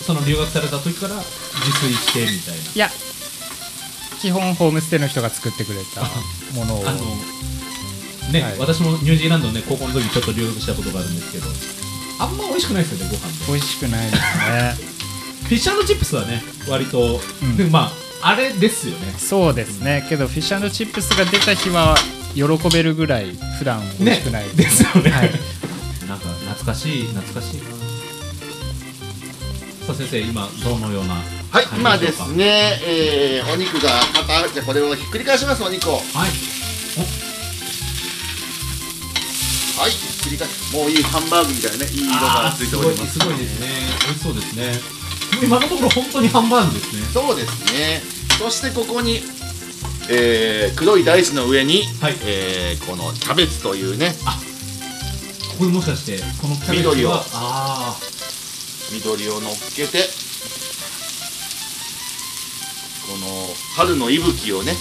[SPEAKER 1] その留学された時から自炊してみたい
[SPEAKER 3] いや基本ホームステイの人が作ってくれたものを
[SPEAKER 1] なあのね、
[SPEAKER 3] はい
[SPEAKER 1] 私もニュージーランドね高校の時ちょっと留学したことがあるんですけどあんま美味しくないですよねご飯で
[SPEAKER 3] 美味しくないです
[SPEAKER 1] <laughs>
[SPEAKER 3] ね
[SPEAKER 1] フィッシュチップスはね割と、
[SPEAKER 3] うん
[SPEAKER 1] でまああれですよね
[SPEAKER 3] そうですねけどフィッシュチップスが出た日は喜べるぐらい普段美味しくない
[SPEAKER 1] ねですよね
[SPEAKER 3] はい、
[SPEAKER 1] なんか懐かしい懐かしいなさあ先生今どのような
[SPEAKER 2] はい、
[SPEAKER 1] 感じ
[SPEAKER 2] 今
[SPEAKER 1] で
[SPEAKER 2] で
[SPEAKER 1] しょう
[SPEAKER 2] す
[SPEAKER 1] か
[SPEAKER 2] ね、えー、お肉が固じゃあこれをひっくり返しますお肉をは
[SPEAKER 1] はい
[SPEAKER 2] いひっくり返すもういいハンバーグみたいなねいい色が
[SPEAKER 1] あ
[SPEAKER 2] つ
[SPEAKER 1] ー
[SPEAKER 2] い
[SPEAKER 1] す
[SPEAKER 2] てお
[SPEAKER 1] ごい
[SPEAKER 2] ります
[SPEAKER 1] すごいですね美味しそうですね今のところ本当にハンバーグですね
[SPEAKER 2] そうですねそしてここに、えー、黒い大地の上に、
[SPEAKER 1] はい
[SPEAKER 2] えー、このキャベツというね
[SPEAKER 1] ここにもしかしてこのキャベツ
[SPEAKER 2] 緑を
[SPEAKER 1] はあ
[SPEAKER 2] 緑を乗っけてこの春の息吹をね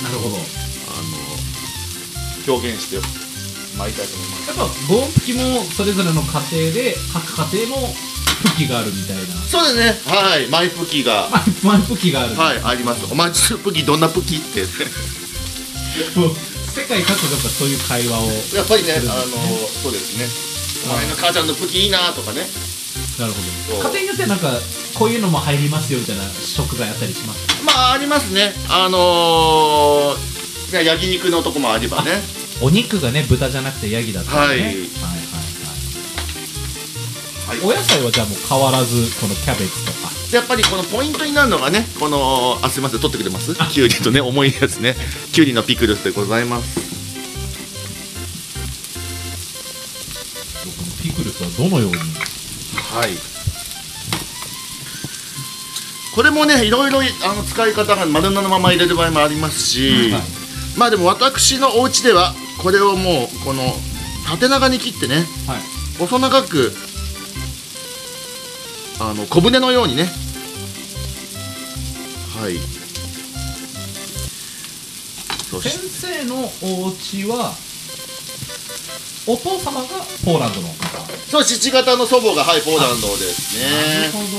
[SPEAKER 1] あなるほどや
[SPEAKER 2] あの表現してまいりたいと思いま
[SPEAKER 1] っ
[SPEAKER 2] す
[SPEAKER 1] ぱゴンプキもそれぞれの家庭で各家庭のプキがあるみたいな
[SPEAKER 2] そうですねはいマイプキが
[SPEAKER 1] まマイプキがある
[SPEAKER 2] はいありますお前ちょっとプキどんなプキって
[SPEAKER 1] もう世界各国がそういう会話を
[SPEAKER 2] <laughs> やっぱり <laughs> ね、
[SPEAKER 1] するんです
[SPEAKER 2] あのそうですね。お前の母ちゃんの武器いいなとかね。
[SPEAKER 1] なるほど
[SPEAKER 2] そう
[SPEAKER 1] 家庭によってなんかこういうのも入りますよみたいな食材あったりします
[SPEAKER 2] まあありますね。あのー、ね焼肉のとこもあればね。
[SPEAKER 1] お肉がね豚じゃなくてヤギだったりね、
[SPEAKER 2] はい
[SPEAKER 1] はいはいはい
[SPEAKER 2] はい
[SPEAKER 1] お野菜はじゃあもう変わらずこのキャベツとか
[SPEAKER 2] でやっぱりこのポイントになるのがね、このあすみません取ってくれます？キュウリとね重いやつね。キュウリのピクルスでございます。
[SPEAKER 1] 僕のピクルスはどのように
[SPEAKER 2] はい。これもねいろいろあの使い方が丸のまま入れる場合もありますし、
[SPEAKER 1] はい
[SPEAKER 2] まあでも私のお家ではこれをもうこの縦長に切ってね。
[SPEAKER 1] はい
[SPEAKER 2] 細長くあの小舟のようにねはいそ
[SPEAKER 1] 先
[SPEAKER 2] し
[SPEAKER 1] 生のお家はお父様がポーランドの方
[SPEAKER 2] そう父方の祖母がはいポーランドです
[SPEAKER 1] なる
[SPEAKER 2] ね
[SPEAKER 1] ほどじ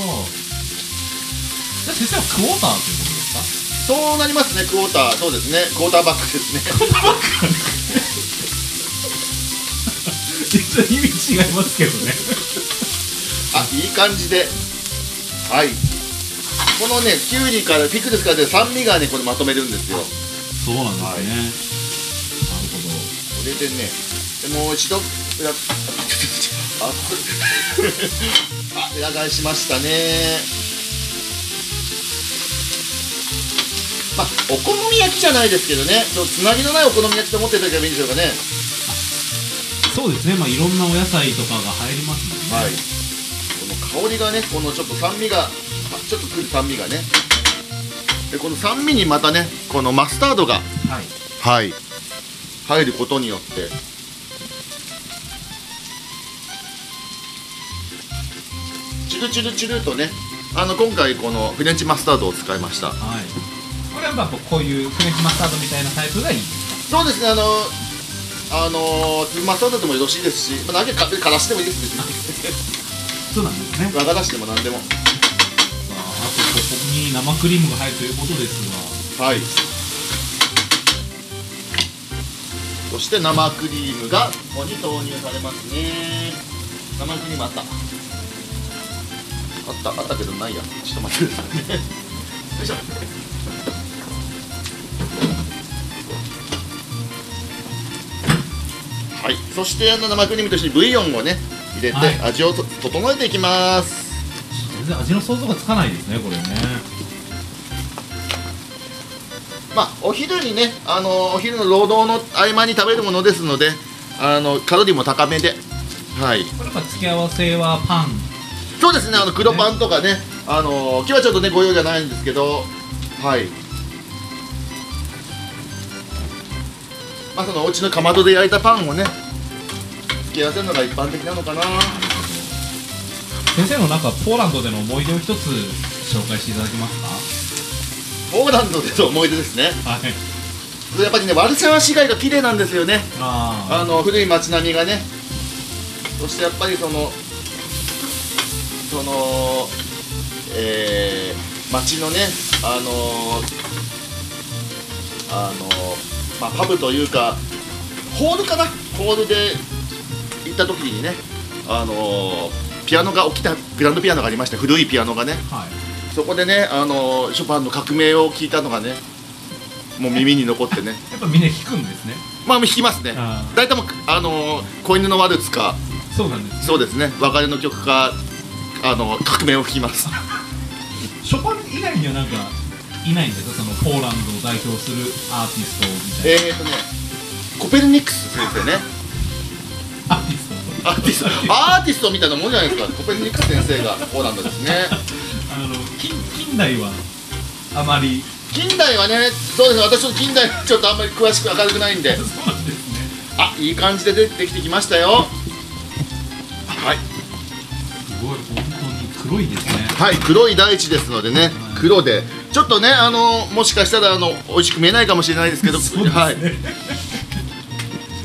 [SPEAKER 1] ゃあ先生はクォーターということ <laughs> です
[SPEAKER 2] そうなりますねクォーターそうですねクォーターバックですね
[SPEAKER 1] か実は意味違いますけどね
[SPEAKER 2] あいい感じではいこのねキュウリからピクルスからで酸味がねこれまとめるんですよこ
[SPEAKER 1] そうなんですね、
[SPEAKER 2] れでねでもう一度裏ああ裏返しましたねまあ、お好み焼きじゃないですけどね、ちょっとつなぎのないお好み焼きと思っていただければいいんでしょうかね。
[SPEAKER 1] そうですねまあいろんなお野菜とかが入りますもんね、
[SPEAKER 2] はい。この香りがね、このちょっと酸味が、あちょっとくる酸味がね。で、この酸味にまたね、このマスタードが
[SPEAKER 1] はい、
[SPEAKER 2] はい入ることによってチルチルチルとねあの今回このフレンチマスタードを使いました
[SPEAKER 1] はいこれはやっぱこういうフレンチマスタードみたいなタイプがいい
[SPEAKER 2] そうですねあのあのマスタードでもよろしいですし、まあ、何かからしてもいいです <laughs>
[SPEAKER 1] そうなんですね
[SPEAKER 2] 和が出しても何でも
[SPEAKER 1] さああとここに生クリームが入るということですが
[SPEAKER 2] はいそして生クリームがここに投入されますね生クリームあったあったあったけどないやちょっと待ってくださいねよいしょはいそしてあの生クリームと一緒にブイヨンをね入れて
[SPEAKER 1] はい
[SPEAKER 2] 味をと整えていきます
[SPEAKER 1] 全然味の想像がつかないですねこれね
[SPEAKER 2] まあ、お昼にね、あのお昼の労働の合間に食べるものですので、あのカロリーも高めで、はい、
[SPEAKER 1] これは付け合わせはパン
[SPEAKER 2] そうですね、あの黒パンとかね、あの今日はちょっとね、ご用じゃないんですけど、はい。まあ、そのお家のかまどで焼いたパンをね、付け合わせるのが一般的なのかな。
[SPEAKER 1] 先生のなんかポーランドでの思い出を一つ紹介していただけます
[SPEAKER 2] ポーランドでの思い出ですね。
[SPEAKER 1] かはい
[SPEAKER 2] やっぱりね、ワルシャワ市街が綺麗なんですよね。
[SPEAKER 1] あ
[SPEAKER 2] あの古い街並みがねそしてやっぱりそのそのえー、街のねあのあのまあパブというかホールかなホールで行った時にねあのピアノが大きなグランドピアノがありまして古いピアノがね
[SPEAKER 1] あはい
[SPEAKER 2] そこでねあのショパンの革命を聞いたのがねもう耳に残ってね
[SPEAKER 1] やっぱみんな弾くんですね
[SPEAKER 2] まあ弾きますね
[SPEAKER 1] あ
[SPEAKER 2] 大体もうあの子犬のワルツか
[SPEAKER 1] そうなんです
[SPEAKER 2] そうですね別れの曲かあの革命を吹きます
[SPEAKER 1] <laughs> ショパン以外にはなんかいないんですかそのポーランドを代表するアーティストみたい
[SPEAKER 2] えーとねコペルニクス先生ね
[SPEAKER 1] なアーティスト
[SPEAKER 2] アーティストアーティストみたいなもんじゃないですかコペルニクス先生がポーランドですね
[SPEAKER 1] あの近近代はあまり
[SPEAKER 2] 近代はねそうですね私ちょっと近代ちょっとあんまり詳しく明るくないんで
[SPEAKER 1] そうなんですね
[SPEAKER 2] あいい感じで出てきてきましたよはい
[SPEAKER 1] すごい本当に黒いですね
[SPEAKER 2] はい、黒い大地ですのでね、黒で、ちょっとね、あのもしかしたらあの美味しく見えないかもしれないですけど、
[SPEAKER 1] そうですね
[SPEAKER 2] はい。じゃ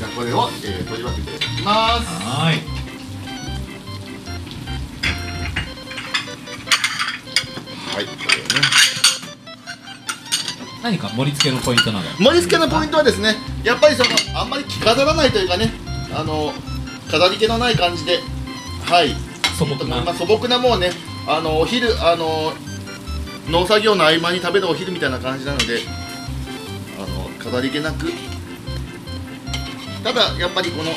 [SPEAKER 2] あこれを、えー、取り分けていき
[SPEAKER 1] はー
[SPEAKER 2] ます。
[SPEAKER 1] い
[SPEAKER 2] はい、これをね。
[SPEAKER 1] 何か盛り付けのポイントなど
[SPEAKER 2] 盛り付けのポイントはですね、やっぱりそのあんまり着飾らないというかね、あの飾り気のない感じで、はい、
[SPEAKER 1] 素朴な
[SPEAKER 2] まあ素朴なもうね、あのお昼あの農作業の合間に食べるお昼みたいな感じなので、あの飾り気なく。ただやっぱりこの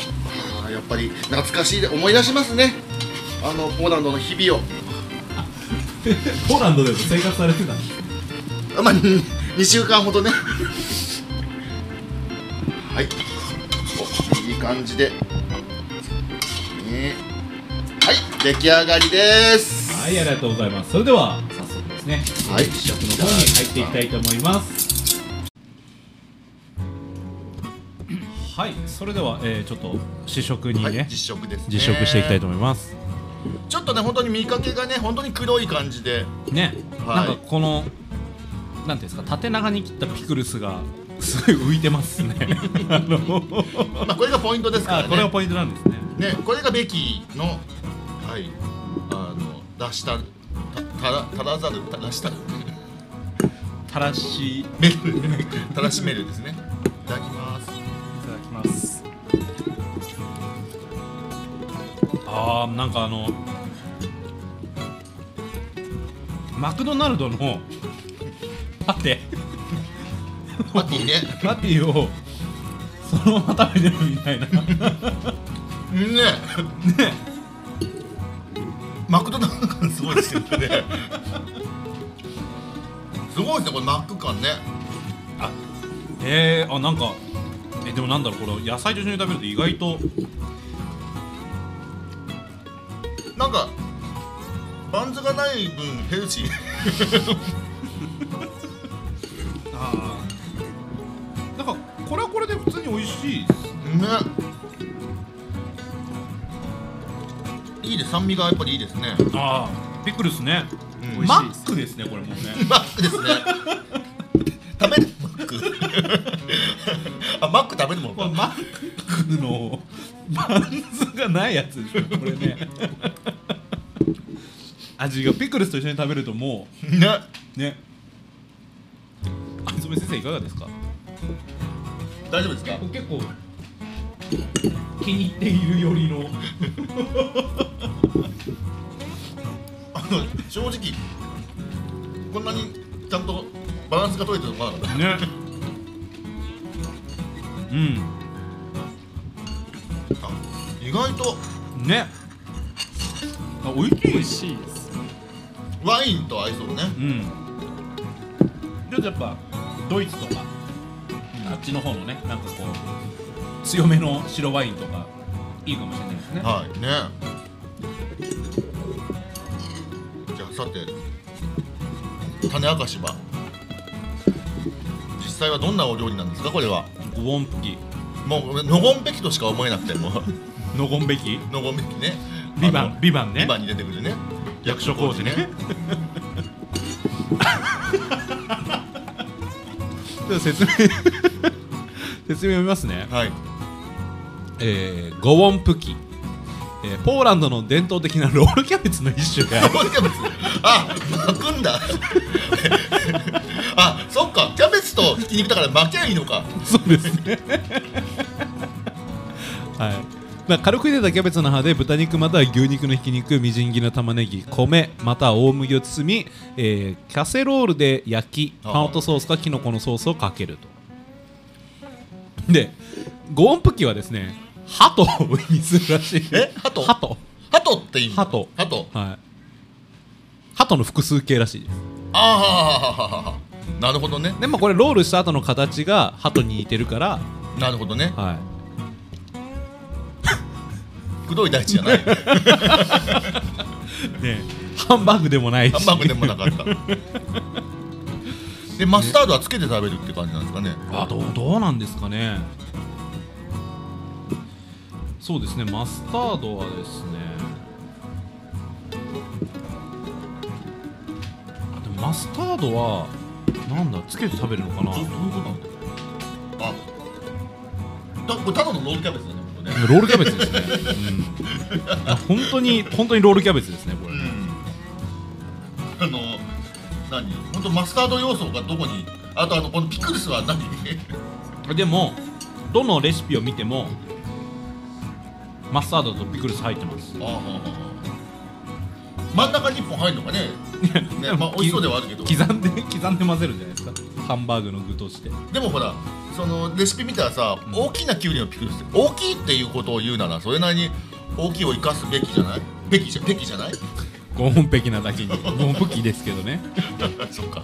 [SPEAKER 2] あーやっぱり懐かしいで思い出しますね。あのポーランドの日々を。
[SPEAKER 1] ポーランドでも生活されてたんです
[SPEAKER 2] まあ、に2週間ほどね。はい。お、いい感じで。ね、はい、出来上がりです。
[SPEAKER 1] はい、ありがとうございます。それでは早速ですね、
[SPEAKER 2] はい
[SPEAKER 1] 試食の方に入っていきたいと思います。はい、それでは、えー、ちょっと試食にね、
[SPEAKER 2] はい、実食です、ね。
[SPEAKER 1] 実食していきたいと思います。
[SPEAKER 2] ちょっとね、本当に見かけがね、本当に黒い感じで。
[SPEAKER 1] ね、
[SPEAKER 2] はい
[SPEAKER 1] なんかこのなんていうんですか、縦長に切ったピクルスがすごい浮いてますね。 <laughs> あの、
[SPEAKER 2] まあ、これがポイントですか
[SPEAKER 1] あ
[SPEAKER 2] ら、ね。
[SPEAKER 1] これがポイントなんですね。
[SPEAKER 2] ね、これがベキの、はい、あの、出した、たら、たらざる、たらした <laughs> る。
[SPEAKER 1] たらしい
[SPEAKER 2] メール、たらしメールですね。いただき
[SPEAKER 1] <laughs>
[SPEAKER 2] ます。
[SPEAKER 3] ただきます
[SPEAKER 1] あーなんかあのマクドナルドのパテ
[SPEAKER 2] パティね。
[SPEAKER 1] パティをそのまま食べてるみたいな
[SPEAKER 2] ねねマクドナルド感すごいですよねすごいですねこれマック感ね
[SPEAKER 1] <laughs> えー、あなんかえでもなんだろうこれ野菜と一緒に食べると意外と
[SPEAKER 2] なんかバンズがない分ヘルシー
[SPEAKER 1] あーなんかこれ通に美味しいです
[SPEAKER 2] ねいいです酸味がやっぱりいいですね
[SPEAKER 1] ああピクルスね、
[SPEAKER 2] うん
[SPEAKER 1] マックですねこれ <laughs> もうね
[SPEAKER 2] マックですね食べるマック <laughs> あマック食べるもの
[SPEAKER 1] こ
[SPEAKER 2] か
[SPEAKER 1] れマックのバンズがないやつですねこれね <laughs> 味がピクルスと一緒に食べるとも
[SPEAKER 2] ね
[SPEAKER 1] うね藍染先生いかがですか
[SPEAKER 2] 大丈夫ですか <laughs>
[SPEAKER 1] 結構気に入っているよりの
[SPEAKER 2] あの正直こんなにちゃんとバランスが取れてるのかなかっ
[SPEAKER 1] ね
[SPEAKER 2] たあ意外と
[SPEAKER 1] うんねあ美味しい
[SPEAKER 3] 美味しいです
[SPEAKER 2] ワインと合いそうね
[SPEAKER 1] うんちょっとやっぱドイツとか、あっちの方のねなんかこう強めの白ワインとかいいかもしれないですね
[SPEAKER 2] はいねじゃあさて種明かしは実際はどんなお料理なんですかこれは
[SPEAKER 1] ゴウォンピ
[SPEAKER 2] もうのごんべきとしか思えなくても <laughs> う
[SPEAKER 1] キノゴンベキ
[SPEAKER 2] のごんべきね
[SPEAKER 1] ビバンビバンね
[SPEAKER 2] ビバンに出てくるね
[SPEAKER 1] 役所工事ねちょっと説明 <laughs> 説明を見ますね
[SPEAKER 2] はい
[SPEAKER 1] えー、ゴウォンプキ、えーポーランドの伝統的なロールキャベツの一種である
[SPEAKER 2] ロールキャベツあ巻くんだ <laughs> あそっかキャベツとひき肉だから巻きゃいいのか
[SPEAKER 1] そうですねはいまあ軽く茹でたキャベツの葉で豚肉または牛肉のひき肉みじん切りの玉ねぎ米または大麦を包み、えーキャセロールで焼き
[SPEAKER 2] あー
[SPEAKER 1] パンオトソースかキノコのソースをかけるとでゴウォンプキはですねハトを意味するらしい
[SPEAKER 2] え鳩
[SPEAKER 1] ハト
[SPEAKER 2] ハトっていいの
[SPEAKER 1] ハト
[SPEAKER 2] ハト
[SPEAKER 1] はいハトの複数形らしいです
[SPEAKER 2] ああなるほどね
[SPEAKER 1] でもこれロールした後の形が鳩に似てるから、
[SPEAKER 2] なるほどね
[SPEAKER 1] は
[SPEAKER 2] くどい大地じ <laughs> ゃないハ
[SPEAKER 1] い、ねハンバーグでもないし
[SPEAKER 2] ンバーグでもなかったでマスタードはつけて食べるって感じなんですかね
[SPEAKER 1] あどうどうなんですかねそうですねマスタードはですねあでもマスタードはなんだつけて食べるのかな
[SPEAKER 2] どどういうことなんだあだこれただのロールキャベツだねこれね
[SPEAKER 1] ロールキャベツですね、うんいや、本当に本当にロールキャベツですねこれ、
[SPEAKER 2] うんあの何本当マスタード要素がどこにあとあのこのピクルスは何
[SPEAKER 1] でもどのレシピを見てもマスタードとピクルス入ってます
[SPEAKER 2] ああ真ん中に1本入る <laughs> のかねね、まあ、美味しそうではあるけど
[SPEAKER 1] 刻んで刻んで混ぜるんじゃないですかハンバーグの具として
[SPEAKER 2] でもほらそのレシピ見たらさ、大きなキュウリのピクルスって大きいっていうことを言うならそれなりに大きいを生かすべきじゃないべきじゃべきじゃない
[SPEAKER 1] ゴンペキなだ
[SPEAKER 2] <laughs>
[SPEAKER 1] けにゴンプキですけどね
[SPEAKER 2] そっか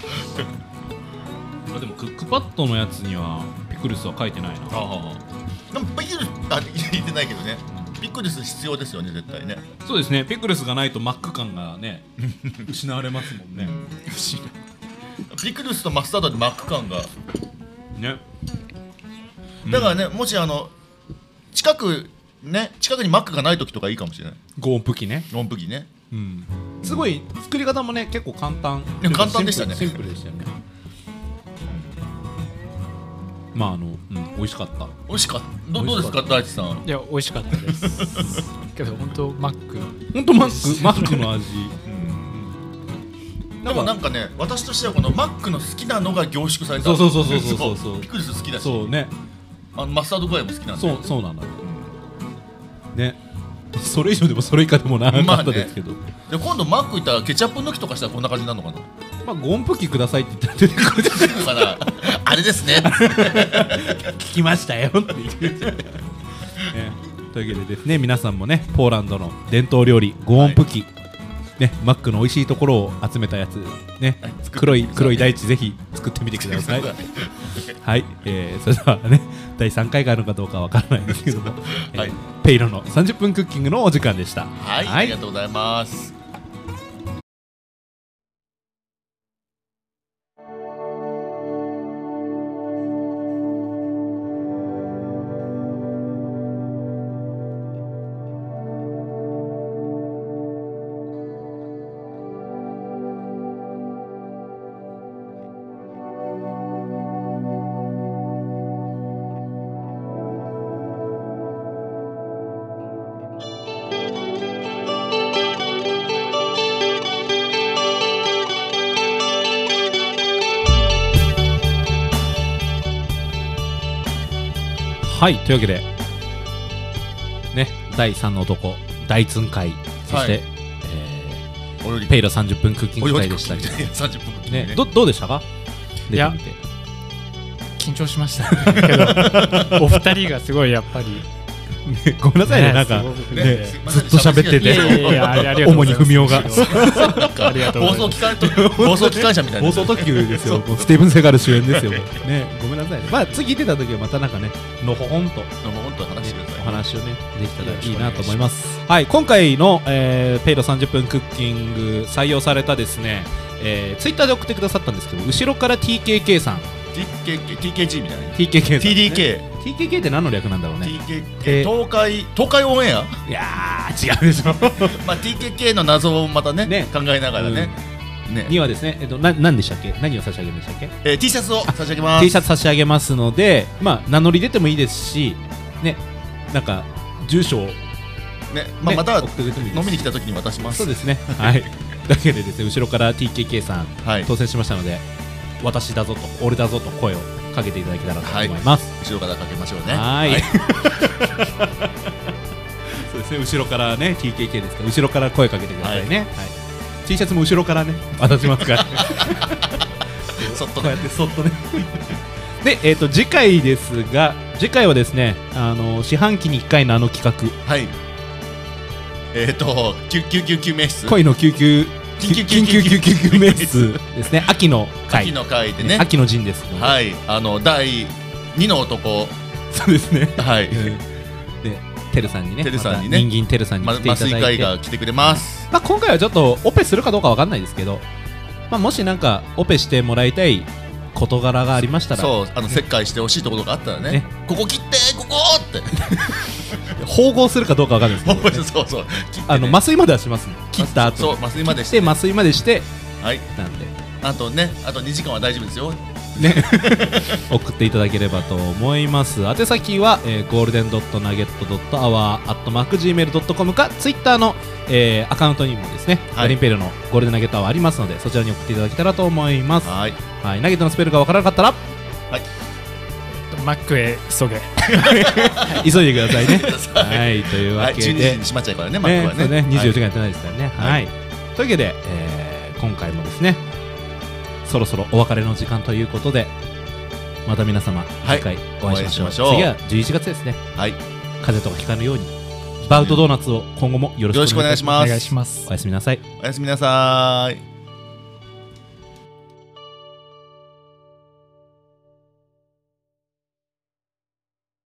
[SPEAKER 1] あでもクックパッドのやつにはピクルスは書いてないな
[SPEAKER 2] ああでもピクルスあ言ってないけどねピクルス必要ですよね絶対ね
[SPEAKER 1] そうですねピクルスがないとマック感が
[SPEAKER 2] <laughs>
[SPEAKER 1] ね失われますもんね失
[SPEAKER 2] ピクルスとマスタードでマック感が
[SPEAKER 1] ね
[SPEAKER 2] だからね、もしあの近くね近くにマックがない時とかいいかもしれない
[SPEAKER 1] ゴンプキね
[SPEAKER 2] ロンプギね
[SPEAKER 1] うんすごい作り方もね結構簡単
[SPEAKER 2] いや簡単でしたね
[SPEAKER 1] シンプルシンプルでしたよねまああの、うん、美味しかった
[SPEAKER 2] 美味しかったどどうですか
[SPEAKER 1] 美
[SPEAKER 2] 大地さん
[SPEAKER 3] いや美味しかったです <laughs> けど本当マック
[SPEAKER 1] ほんとマックマックの味
[SPEAKER 2] でもなんかね私としてはこのマックの好きなのが凝縮された
[SPEAKER 1] そうそうそうそうそうそう
[SPEAKER 2] ピクルス好きだし
[SPEAKER 1] そうね
[SPEAKER 2] あのマスタード具合も好きなんで
[SPEAKER 1] そうそうなのよ、ねそれ以上でもそれ以下でもな
[SPEAKER 2] ま
[SPEAKER 1] か
[SPEAKER 2] あ
[SPEAKER 1] っ
[SPEAKER 2] ね
[SPEAKER 1] たですけど、ま
[SPEAKER 2] で今度マック行ったらケチャップ抜きとかしたらこんな感じになるのかな
[SPEAKER 1] あ、ゴンプキくださいって言ったら出てくる <laughs>
[SPEAKER 2] だからあれですね
[SPEAKER 1] 聞きましたよっていう、
[SPEAKER 2] <laughs>
[SPEAKER 1] ね、というわけでですね皆さんもねポーランドの伝統料理ゴンプキ、ね、マックの美味しいところを集めたやつね
[SPEAKER 2] はい作って
[SPEAKER 1] 黒い黒い大地ぜひ作ってみてくださいはい、えー、それではね第3回があるのかどうかわからないんですけども、えー
[SPEAKER 2] はい
[SPEAKER 1] ペイロの30分クッキングのお時間でした
[SPEAKER 2] はい、ありがとうございます
[SPEAKER 4] 「
[SPEAKER 1] はいというわけでね第3の男大ツン会そして、
[SPEAKER 2] はい
[SPEAKER 1] え
[SPEAKER 2] お料理
[SPEAKER 1] ーペイロ30分クッキング
[SPEAKER 2] お料
[SPEAKER 1] 会
[SPEAKER 2] 理
[SPEAKER 1] でしたけど
[SPEAKER 2] 三十分の時
[SPEAKER 1] ねどどうでしたか
[SPEAKER 3] いや
[SPEAKER 1] 出てみて
[SPEAKER 3] 緊張しましたねけ <laughs> どお二人がすごいやっぱり
[SPEAKER 1] ねごめんなさいね
[SPEAKER 3] ね
[SPEAKER 1] なんか
[SPEAKER 3] すごく
[SPEAKER 1] ね
[SPEAKER 3] ね
[SPEAKER 2] すいま
[SPEAKER 1] ず
[SPEAKER 2] せ
[SPEAKER 1] っ
[SPEAKER 2] ん
[SPEAKER 1] と喋って
[SPEAKER 3] いやい
[SPEAKER 1] て
[SPEAKER 3] やいやあれありがとうござい
[SPEAKER 1] 主
[SPEAKER 3] ます
[SPEAKER 1] に文雄が
[SPEAKER 3] <laughs> むしろありがとうご
[SPEAKER 2] 放
[SPEAKER 3] ざ
[SPEAKER 2] 送
[SPEAKER 3] います
[SPEAKER 2] 機関
[SPEAKER 1] <laughs>
[SPEAKER 2] と放送機関車みたいな
[SPEAKER 1] 放送特急ですよもうスティーブン・セガル主演ですよもうねごめんなさいねまあ次出た時はまたなんかねのほほんと
[SPEAKER 2] もう本当に話してくだ
[SPEAKER 1] お
[SPEAKER 2] さい
[SPEAKER 1] 話をねできたらいいなと思いますはい今回の、えーペイロ30分クッキング採用されたですね、えー、ツイッターで送ってくださったんですけど後ろから TKK さん
[SPEAKER 2] TKK TKG みたいな
[SPEAKER 1] TKK さん、ね、
[SPEAKER 2] TDK
[SPEAKER 1] TKK って何の略なんだろうね
[SPEAKER 2] TKK 東海東海オンエア
[SPEAKER 1] いやー違うで <laughs> しょ
[SPEAKER 2] まあ TKK の謎をまたね
[SPEAKER 1] ね
[SPEAKER 2] 考えながらねね
[SPEAKER 1] にはですねえっとな何でしたっけ何を差し上げるんでしたっけ
[SPEAKER 2] えー T シャツを差し上げます
[SPEAKER 1] T シャツ差し上げますのでまあ名乗り出てもいいですしねなんか住所を、ね
[SPEAKER 2] ねまあまた
[SPEAKER 1] 送ってくれてもいいです
[SPEAKER 2] 飲みに来た時に渡しま
[SPEAKER 1] そ
[SPEAKER 2] す
[SPEAKER 1] うですね <laughs> はいだけでですね後ろから TKK さん
[SPEAKER 2] はい
[SPEAKER 1] 当選しましたので私だぞと俺だぞと声をかけていただけたらと思います、
[SPEAKER 2] 後ろからかけましょうね
[SPEAKER 1] はーい <laughs> そうですね後ろからね TKK ですから後ろから声かけてくださいね、はい T シャツも後ろからね渡しますから
[SPEAKER 2] <laughs>
[SPEAKER 1] こ
[SPEAKER 2] そっと
[SPEAKER 1] う
[SPEAKER 2] ね
[SPEAKER 1] やってそっとね <laughs> で、えー、と次回ですが次回はですねあの四半期に1回のあの企
[SPEAKER 2] はいえっと救急救急名室
[SPEAKER 1] 画恋の救急
[SPEAKER 2] 緊急
[SPEAKER 1] 緊急救急救命室です
[SPEAKER 2] <laughs>
[SPEAKER 1] ね秋の
[SPEAKER 2] 秋
[SPEAKER 1] 回
[SPEAKER 2] の会でね
[SPEAKER 1] 秋の陣ですけども
[SPEAKER 2] はいあの第二の男
[SPEAKER 1] そうですね
[SPEAKER 2] はい
[SPEAKER 1] で、てるさんにね、
[SPEAKER 2] てるさんにね
[SPEAKER 1] また人間てるさんに
[SPEAKER 2] ま
[SPEAKER 1] 来てい
[SPEAKER 2] 麻
[SPEAKER 1] た
[SPEAKER 2] 酔
[SPEAKER 1] だい
[SPEAKER 2] 会
[SPEAKER 1] て、
[SPEAKER 2] が来てくれます
[SPEAKER 1] まあ、今回はちょっとオペするかどうかわかんないですけど、まあ、もしなんかオペしてもらいたい事柄がありましたら、
[SPEAKER 2] そうあの切開してほしいところがあったらね
[SPEAKER 1] ね
[SPEAKER 2] ここ切ってここって <laughs>
[SPEAKER 1] 縫合するかどうかわかんないですけど、
[SPEAKER 2] そうそう切ってね
[SPEAKER 1] あの麻酔まではしますね、切った後
[SPEAKER 2] そう麻酔までし
[SPEAKER 1] してて麻酔までして、
[SPEAKER 2] はい
[SPEAKER 1] なんで、
[SPEAKER 2] あとねあと2時間は大丈夫ですよ
[SPEAKER 1] ね、送っていただければと思います。宛先は、えー、ゴールデンドットナゲットドットアワーアットマーク Gmail.com か、ツイッターの、えーアカウントにもですね、
[SPEAKER 2] はい
[SPEAKER 1] ガリンペイルのゴールデンナゲットアワーありますので、そちらに送っていただけたらと思います。
[SPEAKER 2] はい
[SPEAKER 1] はい、ナゲットのスペルがわからなかったら、
[SPEAKER 3] マックへ急げ
[SPEAKER 1] 急いでください
[SPEAKER 2] <laughs>
[SPEAKER 1] ね。はい、という
[SPEAKER 2] は
[SPEAKER 1] わ
[SPEAKER 2] い
[SPEAKER 1] け
[SPEAKER 2] 12
[SPEAKER 1] で、
[SPEAKER 2] 時に閉まっちゃうからねマック
[SPEAKER 1] ね
[SPEAKER 2] は
[SPEAKER 1] そう
[SPEAKER 2] ね
[SPEAKER 1] ね、
[SPEAKER 2] は
[SPEAKER 1] 24
[SPEAKER 2] い
[SPEAKER 1] 時間やってないですからね。はい。というわけで、えー今回もですね、そろそろお別れの時間ということで、また皆様、
[SPEAKER 2] はい
[SPEAKER 1] 次回お会いしましょう。
[SPEAKER 2] お会い
[SPEAKER 1] 次
[SPEAKER 2] しま
[SPEAKER 1] は11月ですね。
[SPEAKER 2] はい
[SPEAKER 1] 風邪とかひかぬように、バウトドーナツを今後もよろしくお願いします。
[SPEAKER 2] よろしくお願いします
[SPEAKER 3] お願
[SPEAKER 1] おや
[SPEAKER 3] いします
[SPEAKER 1] すみなさい。
[SPEAKER 2] おやすみなさーい